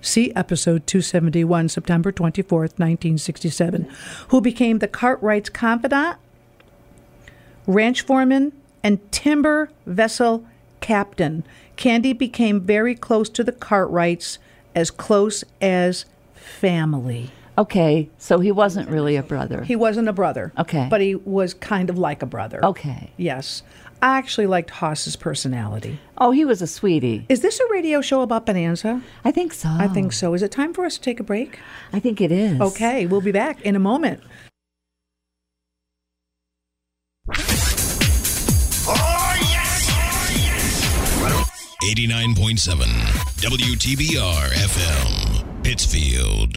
C: See episode 271, September 24th, 1967, who became the Cartwright's confidant, ranch foreman, and timber vessel captain. Candy became very close to the Cartwrights, as close as family.
B: Okay. So he wasn't really a brother.
C: He wasn't a brother.
B: Okay.
C: But he was kind of like a brother.
B: Okay.
C: Yes. I actually liked Haas's personality.
B: oh, he was a sweetie.
C: Is this a radio show about Bonanza?
B: I think so.
C: I think so. Is it time for us to take a break?
B: I think it is.
C: Okay, we'll be back in a moment.
E: Oh, yes!
F: 89.7 WTBR FM, Pittsfield.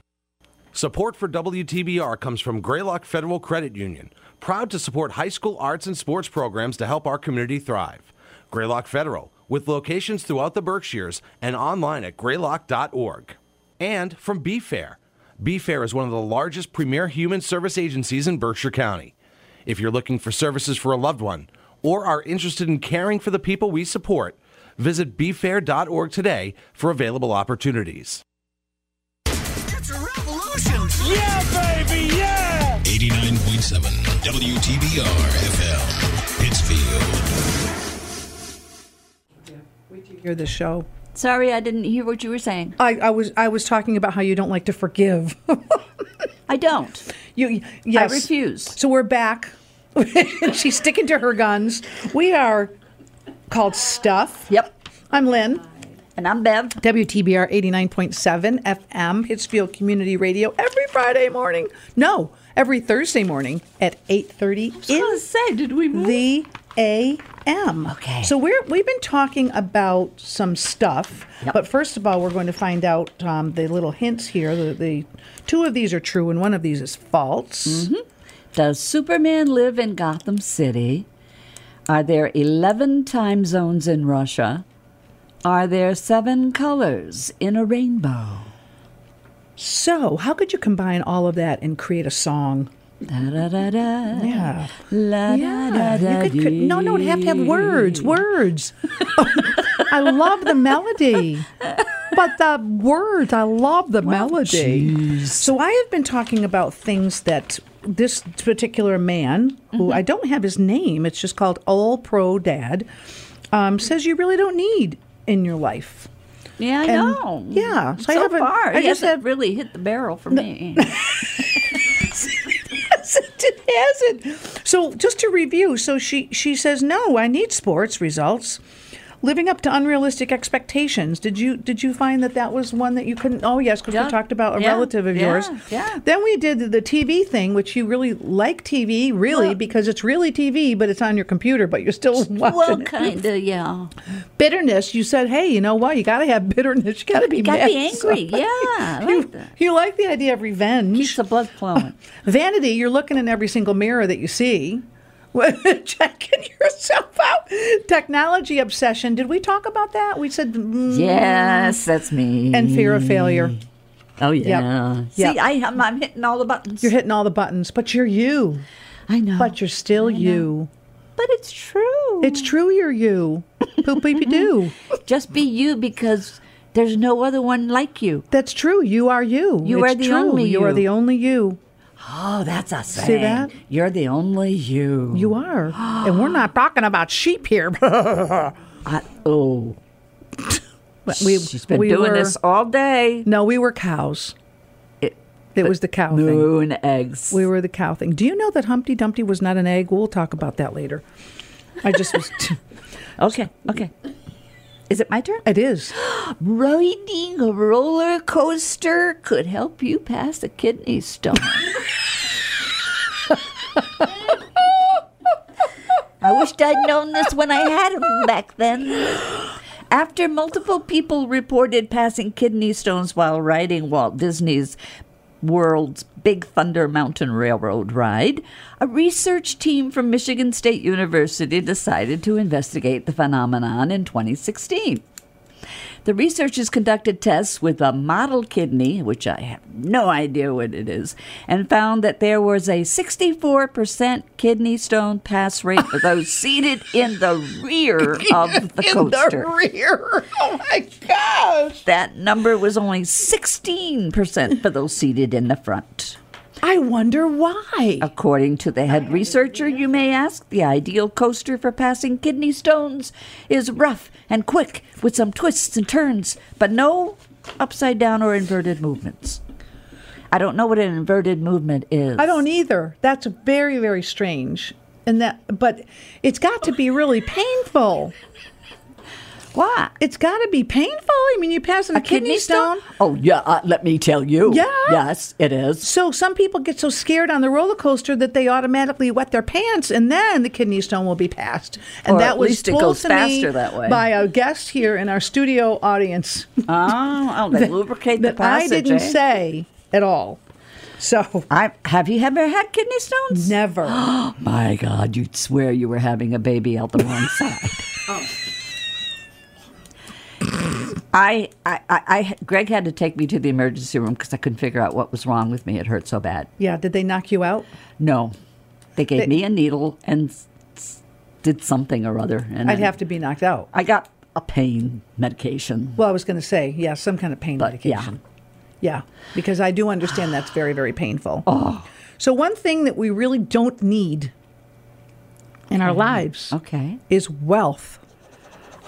G: Support for WTBR comes from Greylock Federal Credit Union, proud to support high school arts and sports programs to help our community thrive. Greylock Federal, with locations throughout the Berkshires and online at greylock.org. And from BeFair. BeFair is one of the largest premier human service agencies in Berkshire County. If you're looking for services for a loved one or are interested in caring for the people we support, visit befair.org today for available opportunities.
E: It's a revolution! Yeah, baby, yeah!
F: 89.7 WTBR FM, Pittsfield.
C: Hear the show.
B: Sorry, I didn't hear what you were saying.
C: I, I was I was talking about how you don't like to forgive.
B: I don't.
C: you yes.
B: refuse.
C: So we're back. She's sticking to her guns. We are called Stuff.
B: Yep.
C: I'm Lynn.
B: And I'm Bev.
C: WTBR 89.7 FM, Pittsfield Community Radio, every Friday morning. No, every Thursday morning at 8.30
B: I was gonna
C: in
B: say, did we move?
C: the AM.
B: Okay.
C: So we're, we've been talking about some stuff, but first of all, we're going to find out um, the little hints here. The, the Two of these are true and one of these is false.
B: Does Superman live in Gotham City? Are there 11 time zones in Russia? Are there seven colors in a rainbow?
C: So how could you combine all of that and create a song?
B: Da da da da.
C: Yeah.
B: La, da, da,
C: Yeah,
B: da,
C: you could, could- no, no, it'd have to have words, words. I love the melody, but the words, I love the melody. So I have been talking about things that this particular man,
B: Mm-hmm.
C: who I don't have his name, it's just called All Pro Dad, um, says you really don't need in your life.
B: Yeah, I
C: And-
B: know.
C: yeah, so
B: so,
C: I haven't-
B: far,
C: I
B: he
C: just
B: hasn't
C: have-
B: really hit the barrel for me.
C: it hasn't. So just to review, so she she says, "No, I need sports results." Living up to unrealistic expectations. Did you did you find that that was one that you couldn't? Oh yes, because
B: Yeah.
C: we talked about a
B: Yeah.
C: relative of
B: Yeah.
C: yours.
B: Yeah.
C: Then we did the TV thing, which you really like TV, really
B: Well-
C: because it's really TV, but it's on your computer, but you're still watching.
B: well,
C: it.
B: kinda, yeah.
C: Bitterness. You said, hey, you know what? You got to have bitterness. You got to be
B: You gotta
C: mad
B: be
C: at
B: angry.
C: somebody.
B: Yeah, I
C: You-
B: like that.
C: You like the idea of revenge.
B: Keeps the blood flowing.
C: Vanity, you're looking in every single mirror that you see, checking yourself out. Technology obsession. Did we talk about that? We said, mm,
B: yes, that's me.
C: and fear of failure.
B: oh yeah.
C: Yep.
B: See, I, I'm, I'm hitting all the buttons.
C: You're hitting all the buttons, but you're you.
B: I know.
C: But you're still you.
B: But it's true.
C: It's true, you're you. Poop, beep, do.
B: just be you because there's no other one like you.
C: That's true. You are you.
B: You
C: It's
B: are the
C: true.
B: only
C: You are
B: you.
C: the only you.
B: Oh, that's a saying.
C: that?
B: You're the only you.
C: You are. and we're not talking about sheep here.
B: I, oh,
C: we,
B: she's been doing
C: were-
B: this all day.
C: No, we were cows.
B: It-
C: It was the cow thing.
B: Moon eggs.
C: We were the cow thing. Do you know that Humpty Dumpty was not an egg? We'll talk about that later. I just was.
B: okay, okay. Is it my turn?
C: It is.
B: Riding a roller coaster could help you pass a kidney stone. I wished I'd known this when I had him back then. After multiple people reported passing kidney stones while riding Walt Disney's World's Big Thunder Mountain Railroad ride, a research team from Michigan State University decided to investigate the phenomenon in 2016. The researchers conducted tests with a model kidney, which I have no idea what it is, and found that there was a 64% kidney stone pass rate for those seated in the rear of the
C: in
B: coaster.
C: the rear. Oh my gosh.
B: that number was only 16% for those seated in the front.
C: I wonder why.
B: According to the head researcher, you may ask, the ideal coaster for passing kidney stones is rough and quick with some twists and turns, but no upside down or inverted movements. I don't know what an inverted movement is.
C: I don't either. That's very very strange. And that but it's got to be really painful.
B: Why?
C: It's got to be painful. I mean, you pass in a, kidney, stone.
B: Oh, yeah, uh, let me tell you.
C: Yeah.
B: Yes, it is.
C: So some people get so scared on the roller coaster that they automatically wet their pants, and then the kidney stone will be passed. And
B: Or
C: that
B: at
C: was
B: least it
C: told
B: goes
C: to me
B: faster that way.
C: by a guest here in our studio audience
B: Oh, oh they lubricate the
C: that I
B: passage.
C: didn't
B: eh?
C: say at all. So
B: I, have you ever had kidney stones?
C: never.
B: My God, you'd swear you were having a baby out the wrong side. I, I, I, I, Greg had to take me to the emergency room because I couldn't figure out what was wrong with me. It hurt so bad.
C: yeah, did they knock you out?
B: No, they gave
C: They-
B: me a needle and s- s- did something or other. And
C: I'd
B: then
C: have to be knocked out.
B: I got a pain medication.
C: Well, I was going to say, yeah, some kind of pain
B: But yeah,
C: medication. Yeah, because I do understand that's very, very painful. Oh. So, one thing that we really don't need in our lives
B: okay.
C: is wealth.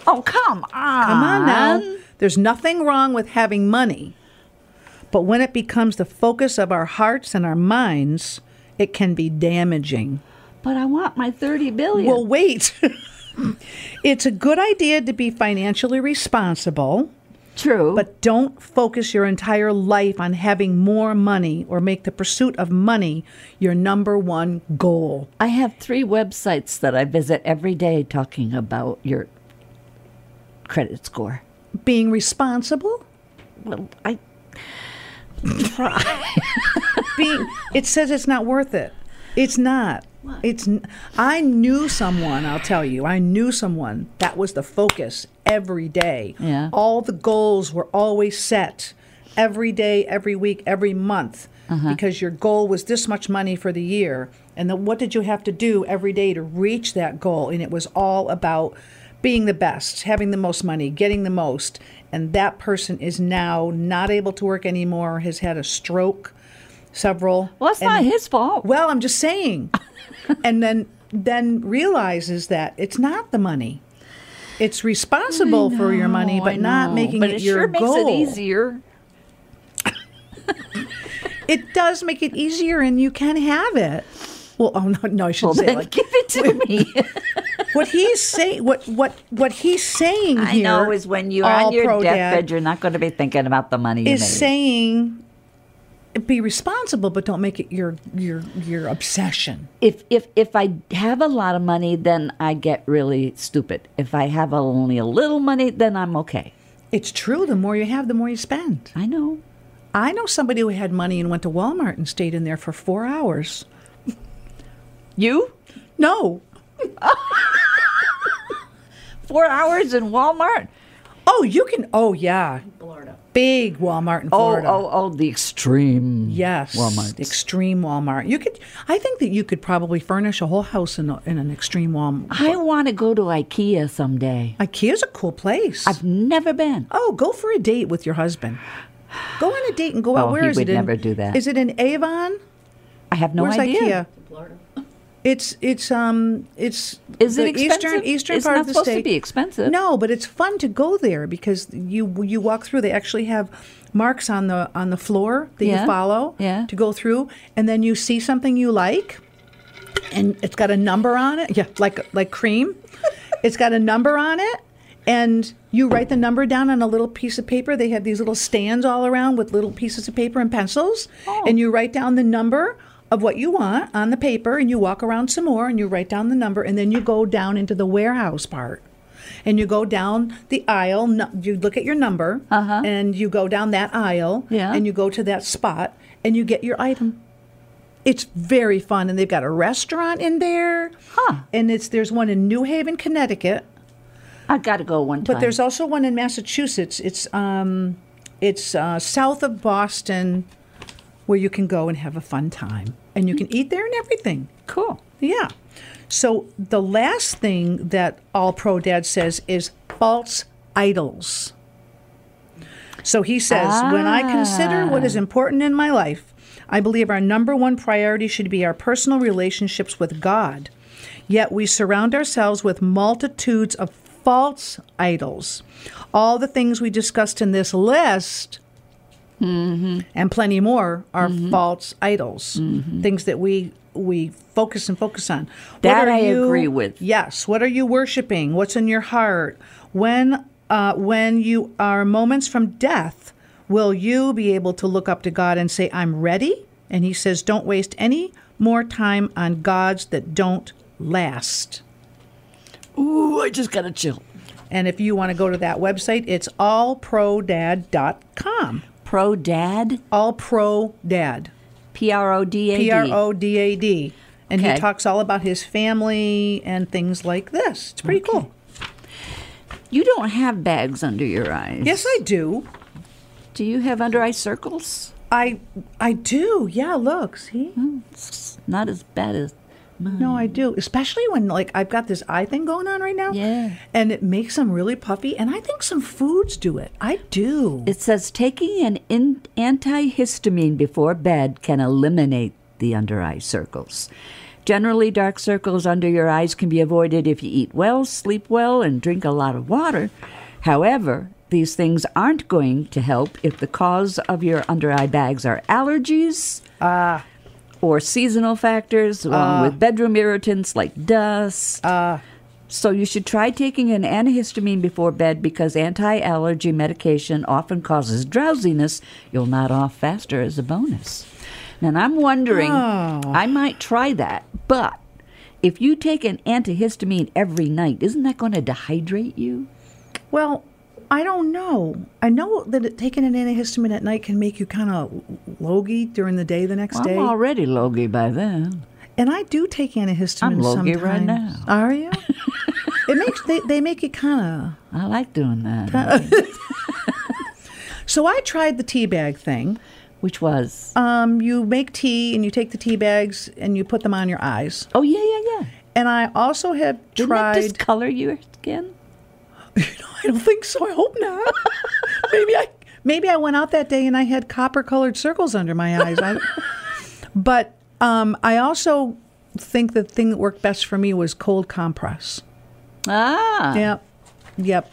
B: Oh come on!
C: Come on now. There's nothing wrong with having money, but when it becomes the focus of our hearts and our minds, it can be damaging.
B: But I want my thirty billion.
C: Well, wait. it's a good idea to be financially responsible.
B: true.
C: But don't focus your entire life on having more money or make the pursuit of money your number one goal.
B: I have three websites that I visit every day talking about your credit score.
C: Being responsible?
B: Well, I
C: Being it says it's not worth it. It's not. It's n- I knew someone, I'll tell you. I knew someone that was the focus every day.
B: Yeah.
C: All the goals were always set every day, every week, every month
B: Uh-huh.
C: because your goal was this much money for the year. And then what did you have to do every day to reach that goal? And it was all about being the best, having the most money, getting the most. And that person is now not able to work anymore, has had a stroke, several.
B: well, it's not
C: and-
B: his fault.
C: well, I'm just saying. and then then realizes that it's not the money. It's responsible for your money, but not making
B: but
C: it,
B: it
C: your
B: sure makes
C: goal.
B: it easier.
C: It does make it easier, and you can have it. Well, oh no, no, I
B: Well,
C: shouldn't say it
B: then
C: like
B: give it to me.
C: what he's saying. What what what he's saying
B: I
C: here.
B: know is when you're on
C: all
B: your
C: pro
B: deathbed,
C: dad,
B: you're not going to be thinking about the money. you
C: is
B: made.
C: saying, be responsible, but don't make it your your your obsession.
B: if if if I have a lot of money, then I get really stupid. If I have only a little money, then I'm okay.
C: It's true. The more you have, the more you spend.
B: I know.
C: I know somebody who had money and went to Walmart and stayed in there for four hours.
B: You
C: No.
B: four hours in Walmart.
C: Oh, you can. Oh, yeah.
D: Florida.
C: Big Walmart in Florida.
B: Oh, oh, oh, the extreme.
C: yes.
B: Walmart.
C: Extreme Walmart. You could. I think that you could probably furnish a whole house in, a, in an extreme Walmart.
B: I want to go to IKEA someday.
C: IKEA's a cool place.
B: I've never been.
C: oh, go for a date with your husband. Go on a date and go out.
B: Oh,
C: Where
B: he
C: is
B: would
C: it? in-
B: never do that.
C: Is it in Avon?
B: I have no
C: Where's
B: idea.
C: IKEA? It's it's um it's
B: Is
C: the
B: it
C: eastern
B: expensive?
C: eastern
B: It's
C: part
B: not
C: of the
B: supposed to
C: state.
B: be expensive.
C: No, but it's fun to go there because you you walk through. They actually have marks on the on the floor that
B: Yeah.
C: you follow
B: Yeah.
C: to go through, and then you see something you like, and it's got a number on it. Yeah, like like cream. it's got a number on it, and You write the number down on a little piece of paper. They have these little stands all around with little pieces of paper and pencils. And you write down the number of what you want on the paper and you walk around some more and you write down the number and then you go down into the warehouse part. And you go down the aisle, nu- you look at your number and you go down that aisle
B: Yeah.
C: and you go to that spot and you get your item. It's very fun, and they've got a restaurant in there.
B: Huh.
C: And it's there's one in New Haven, Connecticut,
B: I got to go one time.
C: but there's also one in Massachusetts. It's um, it's uh, south of Boston, where you can go and have a fun time, and you can eat there and everything.
B: cool.
C: Yeah. So the last thing that All Pro Dad says is false idols. So he says, when I consider what is important in my life, I believe our number one priority should be our personal relationships with God. Yet we surround ourselves with multitudes of false idols. All the things we discussed in this list and plenty more are
B: Mm-hmm.
C: false idols, things that we we focus and focus on.
B: That
C: are
B: I agree with.
C: Yes. What are you worshiping? What's in your heart? When uh, when you are moments from death, will you be able to look up to God and say, "I'm ready"? And He says, "Don't waste any more time on gods that don't last."
B: Ooh, I just got to chill.
C: And if you want to go to that website, it's allprodad.com.
B: Pro Dad,
C: Allprodad.
B: P R O D A D.
C: P R O D A D. And
B: Okay.
C: he talks all about his family and things like this. It's pretty cool.
B: You don't have bags under your eyes.
C: Yes, I do.
B: Do you have under eye circles?
C: I I do. Yeah, look, see?
B: Mm. It's not as bad as.
C: No, I do. Especially when like I've got this eye thing going on right now.
B: Yeah.
C: And it makes them really puffy. And I think some foods do it. I do.
B: It says taking an in- antihistamine before bed can eliminate the under eye circles. Generally, dark circles under your eyes can be avoided if you eat well, sleep well, and drink a lot of water. However, these things aren't going to help if the cause of your under eye bags are allergies or seasonal factors, along with bedroom irritants like dust. So you should try taking an antihistamine before bed because anti-allergy medication often causes drowsiness. You'll nod off faster as a bonus. And I'm wondering, I might try that, but if you take an antihistamine every night, isn't that going to dehydrate you?
C: Well, I don't know. I know that it, taking an antihistamine at night can make you kind of logy during the day the next
B: Well,
C: day.
B: I'm already logy by then.
C: And I do take antihistamines
B: I'm low-key
C: sometimes.
B: right now.
C: Are you? it makes they, they make it kind
B: I like doing that.
C: of. So I tried the tea bag thing.
B: Which was,
C: Um, you make tea and you take the tea bags and you put them on your eyes.
B: oh yeah, yeah, yeah.
C: And I also have
B: Didn't
C: tried.
B: it discolor your skin?
C: I don't think so. I hope not. maybe I maybe I went out that day and I had copper colored circles under my eyes. I, but um, I also think the thing that worked best for me was cold compress.
B: Ah,
C: Yep. Yep.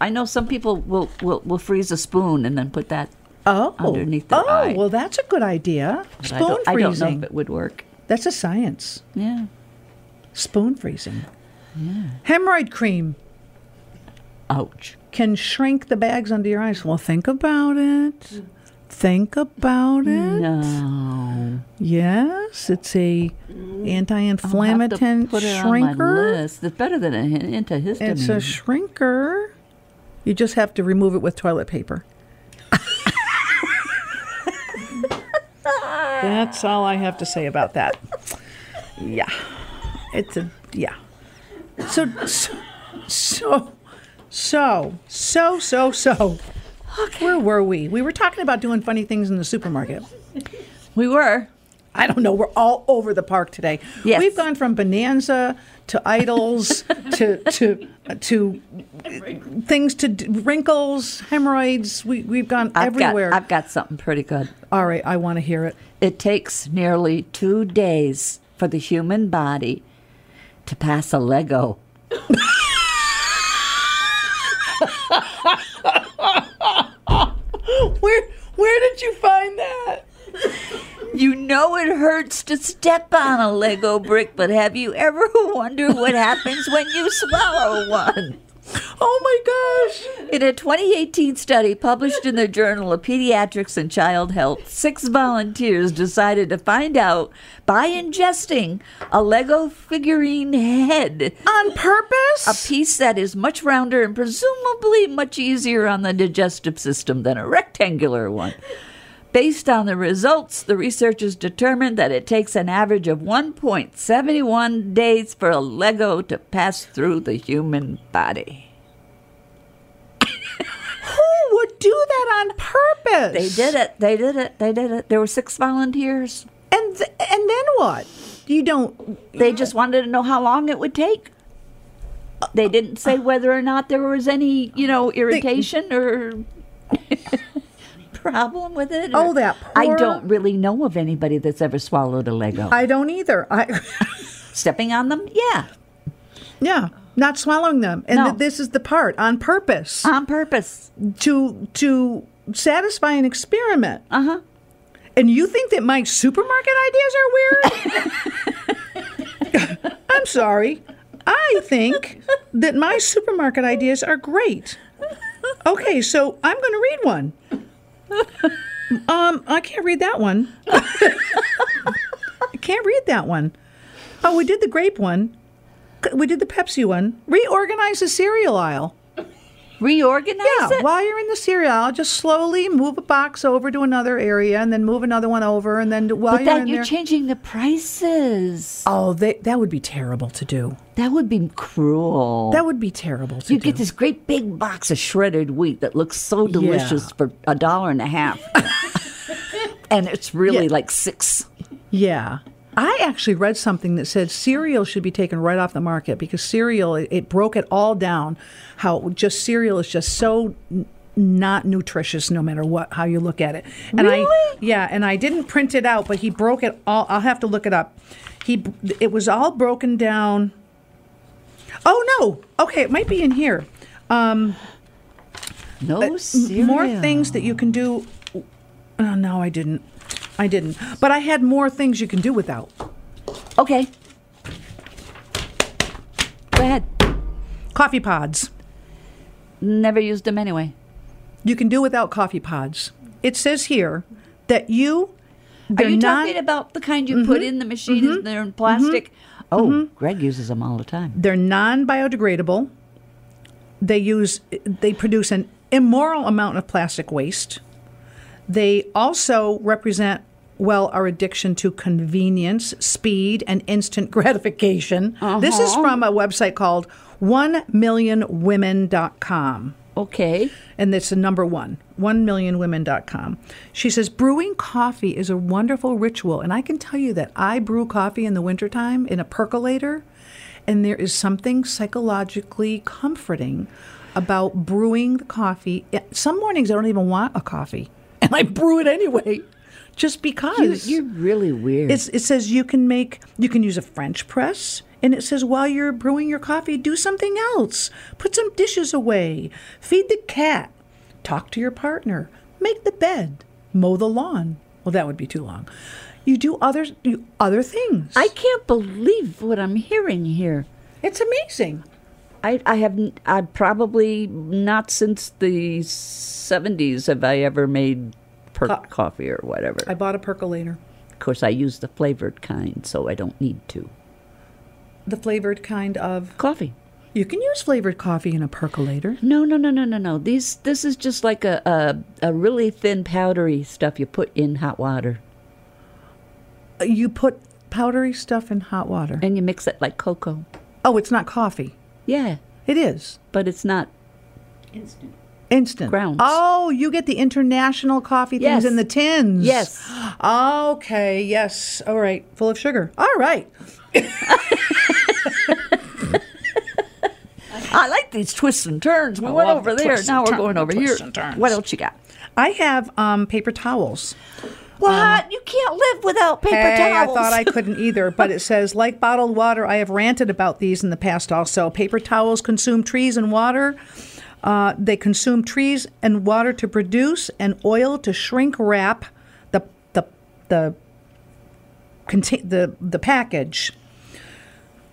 B: I know some people will, will will freeze a spoon and then put that
C: Oh,
B: underneath their
C: oh,
B: eye.
C: well, that's a good idea.
B: But
C: Spoon
B: I don't, I don't
C: freezing.
B: know if it would work.
C: That's a science.
B: Yeah.
C: Spoon freezing. Hemorrhoid cream
B: Ouch.
C: can shrink the bags under your eyes. Well, think about it. Think about it.
B: No.
C: Yes, it's a
B: Inflammatory
C: anti-inflammatory
B: put it On my
C: shrinker.
B: list. It's better than an hin- antihistamine.
C: It's a shrinker. You just have to remove it with toilet paper. That's all I have to say about that. Yeah. It's a yeah. So so so so so so so. Where were we? We were talking about doing funny things in the supermarket.
B: we were.
C: I don't know. We're all over the park today.
B: Yes.
C: We've gone from bonanza to idols to to to things to d- wrinkles, hemorrhoids. We we've gone
B: I've
C: everywhere.
B: Got, I've got something pretty good.
C: all right, I want to hear it.
B: It takes nearly two days for the human body to pass a Lego.
C: Where where did you find that?
B: You know it hurts to step on a Lego brick, but have you ever wondered what happens when you swallow one?
C: Oh my gosh.
B: In a 2018 study published in the Journal of Pediatrics and Child Health, six volunteers decided to find out by ingesting a Lego figurine head,
C: On purpose?
B: a piece that is much rounder and presumably much easier on the digestive system than a rectangular one. Based on the results, the researchers determined that it takes an average of 1.71 days for a Lego to pass through the human body.
C: Who would do that on purpose?
B: They did it. They did it. They did it. There were six volunteers.
C: And th- and then what? You don't.
B: They just wanted to know how long it would take. They didn't
C: Uh.
B: say whether or not there was any, you know, irritation or problem with it.
C: Oh,
B: or-
C: that
B: I
C: poor-
B: don't really know of anybody that's ever swallowed a Lego.
C: I don't either. I
B: Stepping on them? Yeah,
C: yeah, not swallowing them. And
B: No.
C: th- this is the part on purpose
B: on purpose.
C: to to satisfy an experiment. Uh huh. And you think that my supermarket ideas are weird? I'm sorry. I think that my supermarket ideas are great. Okay, so I'm going to read one. Um, I can't read that one. I can't read that one. Oh, we did the grape one. C- We did the Pepsi one. Reorganize the cereal aisle.
B: Reorganize
C: Yeah,
B: it.
C: while you're in the cereal aisle, just slowly move a box over to another area, and then move another one over, and then while
B: but
C: you're
B: then
C: in
B: you're
C: there.
B: changing the prices.
C: oh, they, that would be terrible to do.
B: That would be cruel.
C: That would be terrible to
B: you
C: do.
B: get this great big box of shredded wheat that looks so delicious for a dollar and a half. and it's really
C: Yeah.
B: like six.
C: yeah. I actually read something that said cereal should be taken right off the market because cereal it, it broke it all down. How just cereal is just so n- not nutritious no matter what how you look at it. And I
B: Really?
C: yeah, and I didn't print it out, but he broke it all. I'll have to look it up. He it was all broken down. Oh no! Okay, it might be in here. Uh,
A: Oh,
B: No cereal.
C: more things that you can do. Oh, no, I didn't. I didn't. But I had more things you can do without.
B: Okay. Go ahead.
C: Coffee pods.
B: Never used them anyway.
C: You can do without coffee pods. It says here that you.
B: Are
C: They're
B: you
C: non,
B: talking about the kind you put in the machine and they're in plastic? Oh, Greg uses them all the time.
C: They're non-biodegradable. They use. They produce an immoral amount of plastic waste. They also represent well our addiction to convenience, speed, and instant gratification. This is
B: Uh-huh.
C: from a website called 1millionwomen.com.
B: Okay.
C: And it's the number one, 1millionwomen.com. She says, Brewing coffee is a wonderful ritual. And I can tell you that I brew coffee in the wintertime in a percolator. And there is something psychologically comforting about brewing the coffee. Yeah, Some mornings I don't even want a coffee, and I brew it anyway, just
B: You,
C: because.
B: you're really weird.
C: It's, it says you can make you can use a French press, and it says while you're brewing your coffee, do something else. Put some dishes away, feed the cat, talk to your partner, make the bed, mow the lawn. Well, that would be too long. You do other you, other things.
B: I can't believe what I'm hearing here.
C: it's amazing.
B: I, I have n- I probably not since the 70s have I ever made perk coffee or whatever.
C: I bought a percolator,
B: of course, I use the flavored kind, so I don't need to.
C: the flavored kind of.
B: Coffee.
C: You can use flavored coffee in a percolator.
B: No, no, no, no, no, no. These this is just like a, a a really thin powdery stuff you put in hot water
C: Uh, You put powdery stuff in hot water.
B: and you mix it like cocoa.
C: Oh, it's not coffee.
B: Yeah,
C: It is.
B: but it's not.
D: Instant.
C: Instant.
B: Grounds.
C: Oh, you get the international coffee things
B: Yes.
C: in the tins.
B: Yes.
C: Okay, yes. All right. Full of sugar. All right.
B: I like these twists and turns. We went
C: love
B: over
C: the
B: there.
C: twists
B: Now
C: and
B: we're going
C: turns,
B: over here.
C: twists and turns.
B: What else you got?
C: I have um, paper towels.
B: What? you can't live without paper
C: Um, hey,
B: towels.
C: I thought I couldn't either, but it says like bottled water. I have ranted about these in the past also. Paper towels consume trees and water. Uh, they consume trees and water to produce and oil to shrink wrap the the the contain the the package.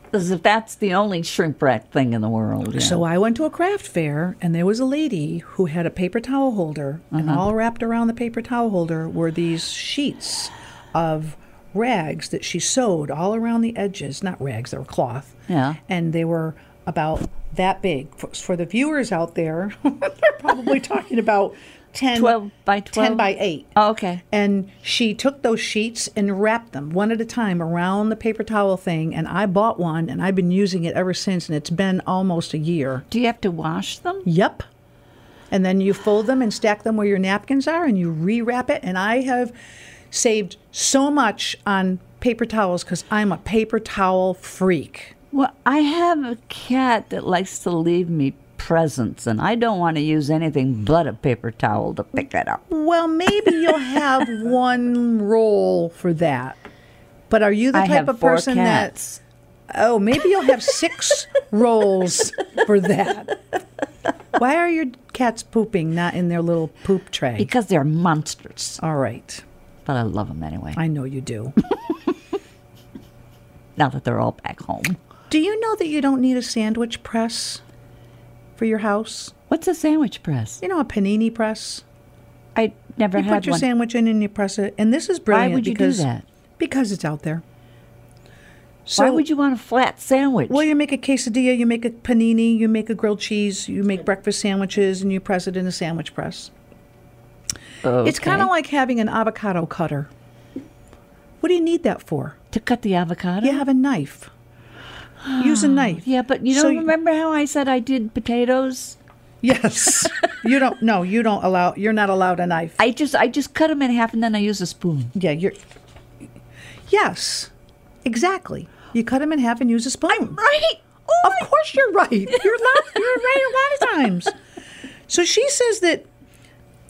B: Because if that's the only shrimp wrap thing in the world, yeah.
C: So I went to a craft fair, and there was a lady who had a paper towel holder, and
B: Uh-huh.
C: all wrapped around the paper towel holder were these sheets of rags that she sewed all around the edges. Not rags, they were cloth.
B: Yeah.
C: And they were about that big. For, for the viewers out there, they're probably talking about 10,
B: 12 by
C: 10
B: 12?
C: by 8.
B: Oh, okay.
C: And she took those sheets and wrapped them one at a time around the paper towel thing. And I bought one and I've been using it ever since. And it's been almost a year.
B: do you have to wash them?
C: Yep. And then you fold them and stack them where your napkins are and you rewrap it. And I have saved so much on paper towels because I'm a paper towel freak.
B: Well, I have a cat that likes to leave me presents, and I don't want to use anything but a paper towel to pick it up.
C: Well, maybe you'll have one roll for that. But are you the
B: I
C: type
B: have
C: of
B: four
C: person
B: cats.
C: that Oh, maybe you'll have six rolls for that. Why are your cats pooping not in their little poop tray?
B: because they're monsters.
C: All right.
B: But I love them anyway.
C: I know you do.
B: Now that they're all back home.
C: Do you know that you don't need a sandwich press for your house?
B: What's a sandwich press?
C: You know, a panini press.
B: I never
C: You
B: had
C: put your
B: one.
C: sandwich in and you press it. And this is
B: Why
C: brilliant
B: would you do
C: because
B: that?
C: because it's out there. So
B: Why would you want a flat sandwich?
C: Well, you make a quesadilla, you make a panini, you make a grilled cheese, you make breakfast sandwiches, and you press it in a sandwich press.
B: Oh,
C: It's kind of
B: Okay.
C: like having an avocado cutter. What do you need that for?
B: to cut the avocado.
C: You have a knife. Use a knife.
B: Yeah, but you
C: So
B: don't remember how I said I did potatoes?
C: Yes. you don't. No, you don't allow. You're not allowed a knife.
B: I just I just cut them in half and then I use a spoon.
C: Yeah, you're. Yes, exactly. You cut them in half and use a spoon.
B: Right.
C: Of course, you're right. You're lot, you're right a lot of times. So she says that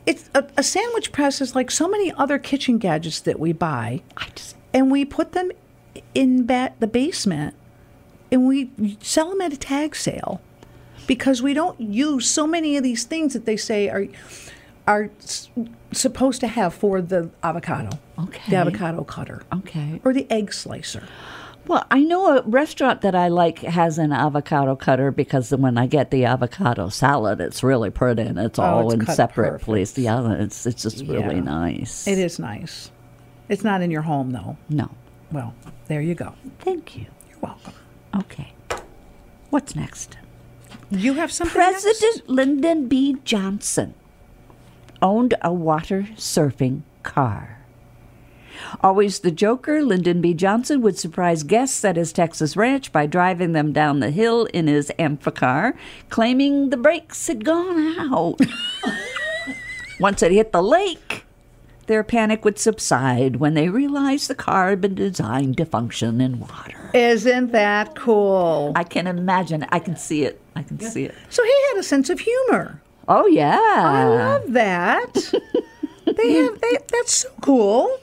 C: it's a, a sandwich press is like so many other kitchen gadgets that we buy,
B: I just
C: and we put them in ba- the basement, and we sell them at a tag sale because we don't use so many of these things that they say are are s- supposed to have for the avocado,
B: Okay.
C: the avocado cutter,
B: okay.
C: or the egg slicer.
B: Well, I know a restaurant that I like has an avocado cutter because when I get the avocado salad, it's really pretty and it's all
C: Oh, it's
B: in
C: cut
B: separate
C: perfect.
B: places. Yeah, it's it's just really
C: Yeah.
B: nice.
C: It is nice. It's not in your home though.
B: No,
C: Well, there you go.
B: thank you.
C: You're welcome.
B: Okay, what's next?
C: You have something. else?
B: President Lyndon B. Johnson owned a water surfing car. Always the joker, Lyndon B. Johnson would surprise guests at his Texas ranch by driving them down the hill in his amphicar, claiming the brakes had gone out. Once it hit the lake, their panic would subside when they realized the car had been designed to function in water.
C: Isn't that cool?
B: I can imagine. I can see it. I can see it.
C: So he had a sense of humor.
B: Oh, yeah.
C: I love that. they have. They, that's so cool.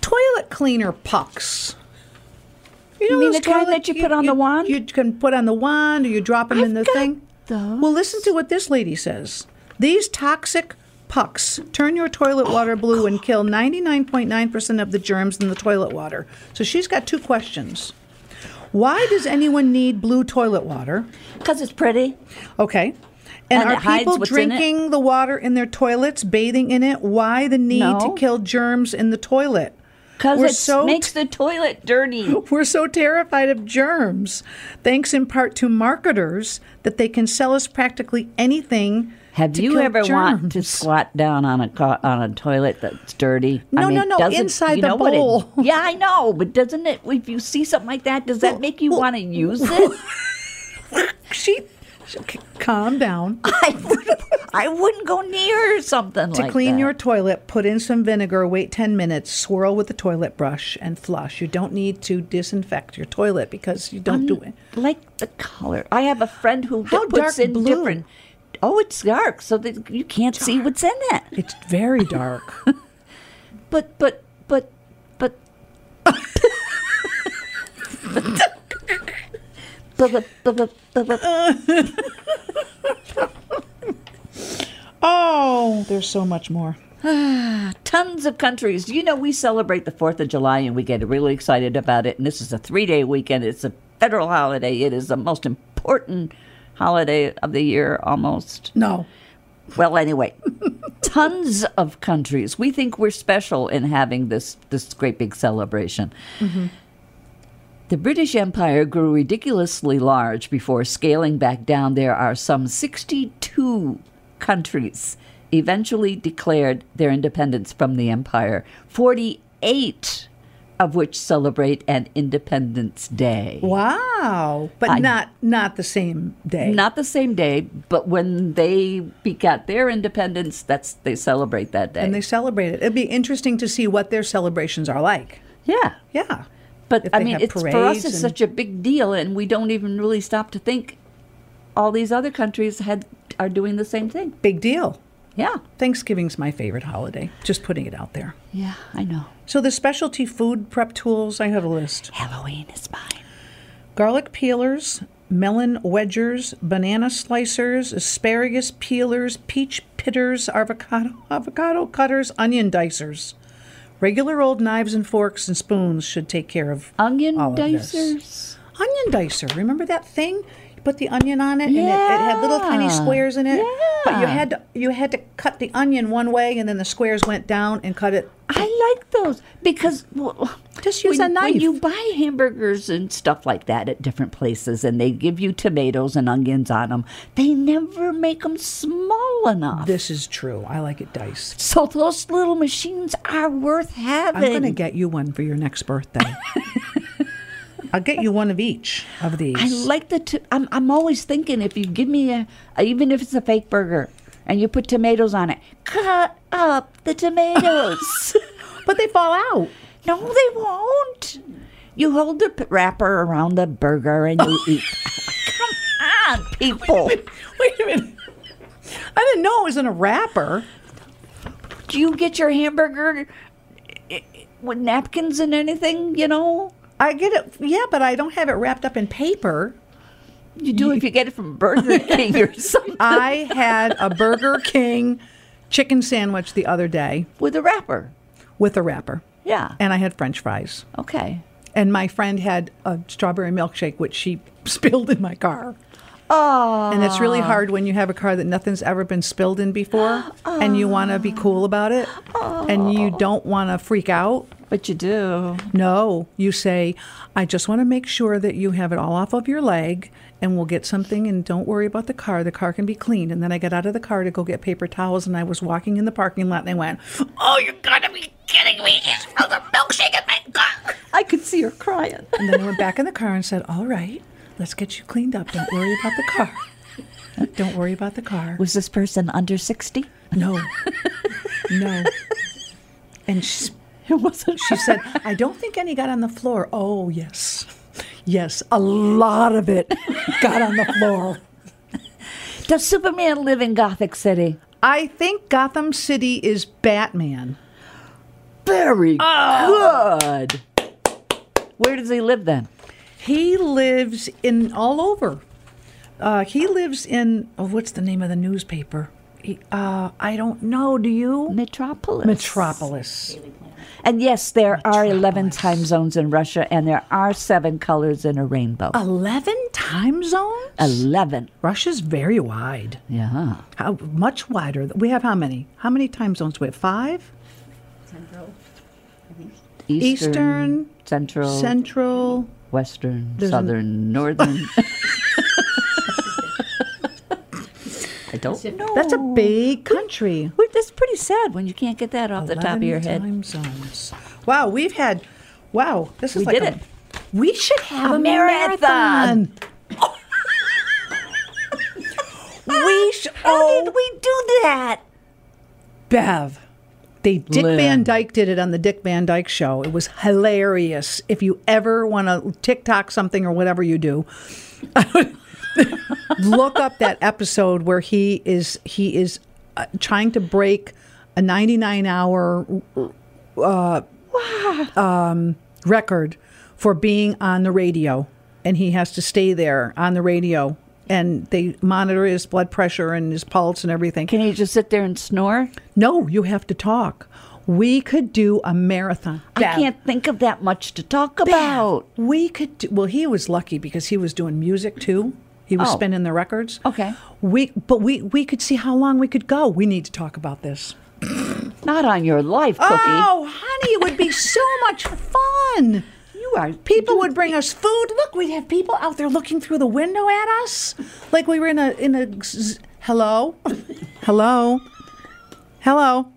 C: Toilet cleaner pucks. know
B: You mean
C: those
B: the kind that you put on the wand?
C: You can put on the wand, or you drop them in
B: I've
C: the
B: got
C: thing. Well, listen to what this lady says. These toxic pucks turn your toilet water blue and kill 99.9% of the germs in the toilet water. So she's got two questions. Why does anyone need blue toilet water?
B: Because it's pretty.
C: Okay. And,
B: And it
C: are
B: hides
C: people
B: what's in it?
C: drinking the water in their toilets, bathing in it? Why the need
B: No.
C: to kill germs in the toilet?
B: Because
C: We're
B: it
C: so
B: makes the toilet dirty.
C: We're so terrified of germs, thanks in part to marketers that they can sell us practically anything.
B: Have
C: to
B: you
C: kill
B: ever
C: germs.
B: want to squat down on a co- on a toilet that's dirty?
C: No, no, no,
B: doesn't-
C: inside
B: you
C: the
B: know what it-
C: bowl.
B: yeah, I know, but doesn't it? If you see something like that, does that
C: Well,
B: make you
C: well,
B: want to use it?
C: She, she- c- calm down.
B: I would. I wouldn't go near something
C: to
B: like
C: clean
B: that.
C: your toilet, put in some vinegar, wait 10 minutes, swirl with the toilet brush, and flush. You don't need to disinfect your toilet because you don't do it.
B: like the color. I have a friend who
C: How
B: puts
C: dark
B: in
C: blue?
B: different. Oh, it's dark, so that you can't see what's in it.
C: It's very dark.
B: But but but but but but but but but
C: Oh, there's so much more.
B: tons of countries. You know, we celebrate the 4th of July and we get really excited about it. And this is a three day weekend, it's a federal holiday, it is the most important holiday of the year almost.
C: No.
B: Well, anyway, tons of countries. We think we're special in having this this great big celebration. The British Empire grew ridiculously large before scaling back down. There are some 62 countries eventually declared their independence from the empire, 48 of which celebrate an Independence Day.
C: Wow. But not not the same day.
B: Not the same day, but when they be- got their independence, that's they celebrate that day.
C: and they celebrate it. It'd be interesting to see what their celebrations are like.
B: yeah.
C: Yeah.
B: But
C: If
B: I
C: they
B: mean,
C: have
B: it's for us.
C: parades
B: It's
C: and-
B: such a big deal, and we don't even really stop to think. All these other countries had are doing the same thing.
C: Big deal.
B: Yeah,
C: Thanksgiving's my favorite holiday. Just putting it out there.
B: yeah, I know.
C: So the specialty food prep tools, I have a list.
B: Halloween is mine.
C: garlic peelers, melon wedgers, banana slicers, asparagus peelers, peach pitters, avocado avocado cutters, onion dicers. Regular old knives and forks and spoons should take care of
B: Onion
C: all of this.
B: dicers.
C: Onion dicer, remember that thing? You put the onion on it, and it, it had little tiny
B: Yeah.
C: squares in it. But you
B: Yeah.
C: had to you had to cut the onion one way, and then the squares went down and cut it.
B: I like those because well,
C: Just use
B: when,
C: a
B: When
C: knife.
B: you buy hamburgers and stuff like that at different places, and they give you tomatoes and onions on them, they never make them small enough.
C: This is true. I like it diced.
B: so those little machines are worth
C: I'm
B: having.
C: going to get you one for your next birthday. I'll get you one of each of these.
B: I like the. T- I'm I'm always thinking if you give me a, even if it's a fake burger and you put tomatoes on it, cut up the tomatoes.
C: but they fall out.
B: no, they won't. You hold the p- wrapper around the burger and you eat. Come on, people!
C: Wait a minute. I didn't know it was in a wrapper.
B: Do you get your hamburger eh, eh, with napkins and anything? You know,
C: I get it. Yeah, but I don't have it wrapped up in paper.
B: you do if you get it from Burger King or something
C: I had a Burger King chicken sandwich the other day
B: with a wrapper.
C: with a wrapper.
B: Yeah.
C: And I had french fries.
B: Okay.
C: And my friend had a strawberry milkshake, which she spilled in my car. Oh. And it's really hard when you have a car that nothing's ever been spilled in before and you want to be cool about it and you don't want to freak out.
B: But you do.
C: No, you say, I just want to make sure that you have it all off of your leg and we'll get something and don't worry about the car. The car can be cleaned. And then I got out of the car to go get paper towels and I was walking in the parking lot and I went, Oh, you're going to be kidding me. It's from the milkshake in my car.
B: I could see her crying.
C: And then I went back in the car and said, All right, let's get you cleaned up. Don't worry about the car. Don't worry about the car.
B: Was this person under 60?
C: No. No. And she,
B: It wasn't.
C: she said, I don't think any got on the floor. Oh, yes. Yes, a lot of it got on the floor.
B: Does Superman live in Gothic City?
C: I think Gotham City is Batman.
B: Very good. Oh. Where does he live then?
C: He lives in all over. Uh, he lives in, oh, what's the name of the newspaper? He, uh, I don't know. Do you?
B: Metropolis.
C: Metropolis.
B: And yes, there are 11 time zones in Russia, and there are seven colors in a rainbow.
C: Oh. 11 time zones?
B: 11.
C: Russia's very wide.
B: Yeah.
C: How much wider? th- We have how many? How many time zones? We have five?
D: Central, I think.
C: Eastern,
B: Central,
C: Oh. Central.
B: Western,
C: there's an-
B: Southern, Northern. I don't know.
C: That's a big country.
B: Wait, That's pretty sad when you can't get that off the top of
C: 11
B: your head.
C: Time zones. Wow, we've had. Wow, this is
B: We
C: like
B: did
C: a-
B: it.
C: We should have a,
B: marathon.
C: marathon. we oh, should.
B: How did we do that?
C: Bev. They Dick
B: Lynn.
C: Van Dyke did it on the Dick Van Dyke show. It was hilarious. If you ever want to TikTok something or whatever you do, look up that episode where he is he is uh, trying to break a 99 hour uh, um, record for being on the radio, and he has to stay there on the radio, and they monitor his blood pressure and his pulse and everything.
B: Can he just sit there and snore?
C: No, you have to talk. We could do a marathon.
B: I can't think of that much to talk about.
C: We could. Do, well, he was lucky because he was doing music too. He was
B: Oh.
C: spinning the records.
B: Okay.
C: We, but we, we could see how long we could go. We need to talk about this.
B: Not on your life, Cookie.
C: Oh, honey, it would be so much fun.
B: you are
C: People would bring us food. Look, we'd have people out there looking through the window at us, like we were in a in a z- hello, hello, hello.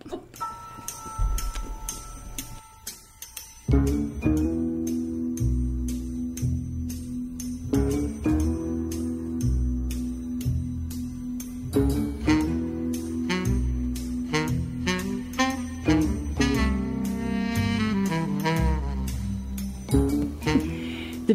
A: The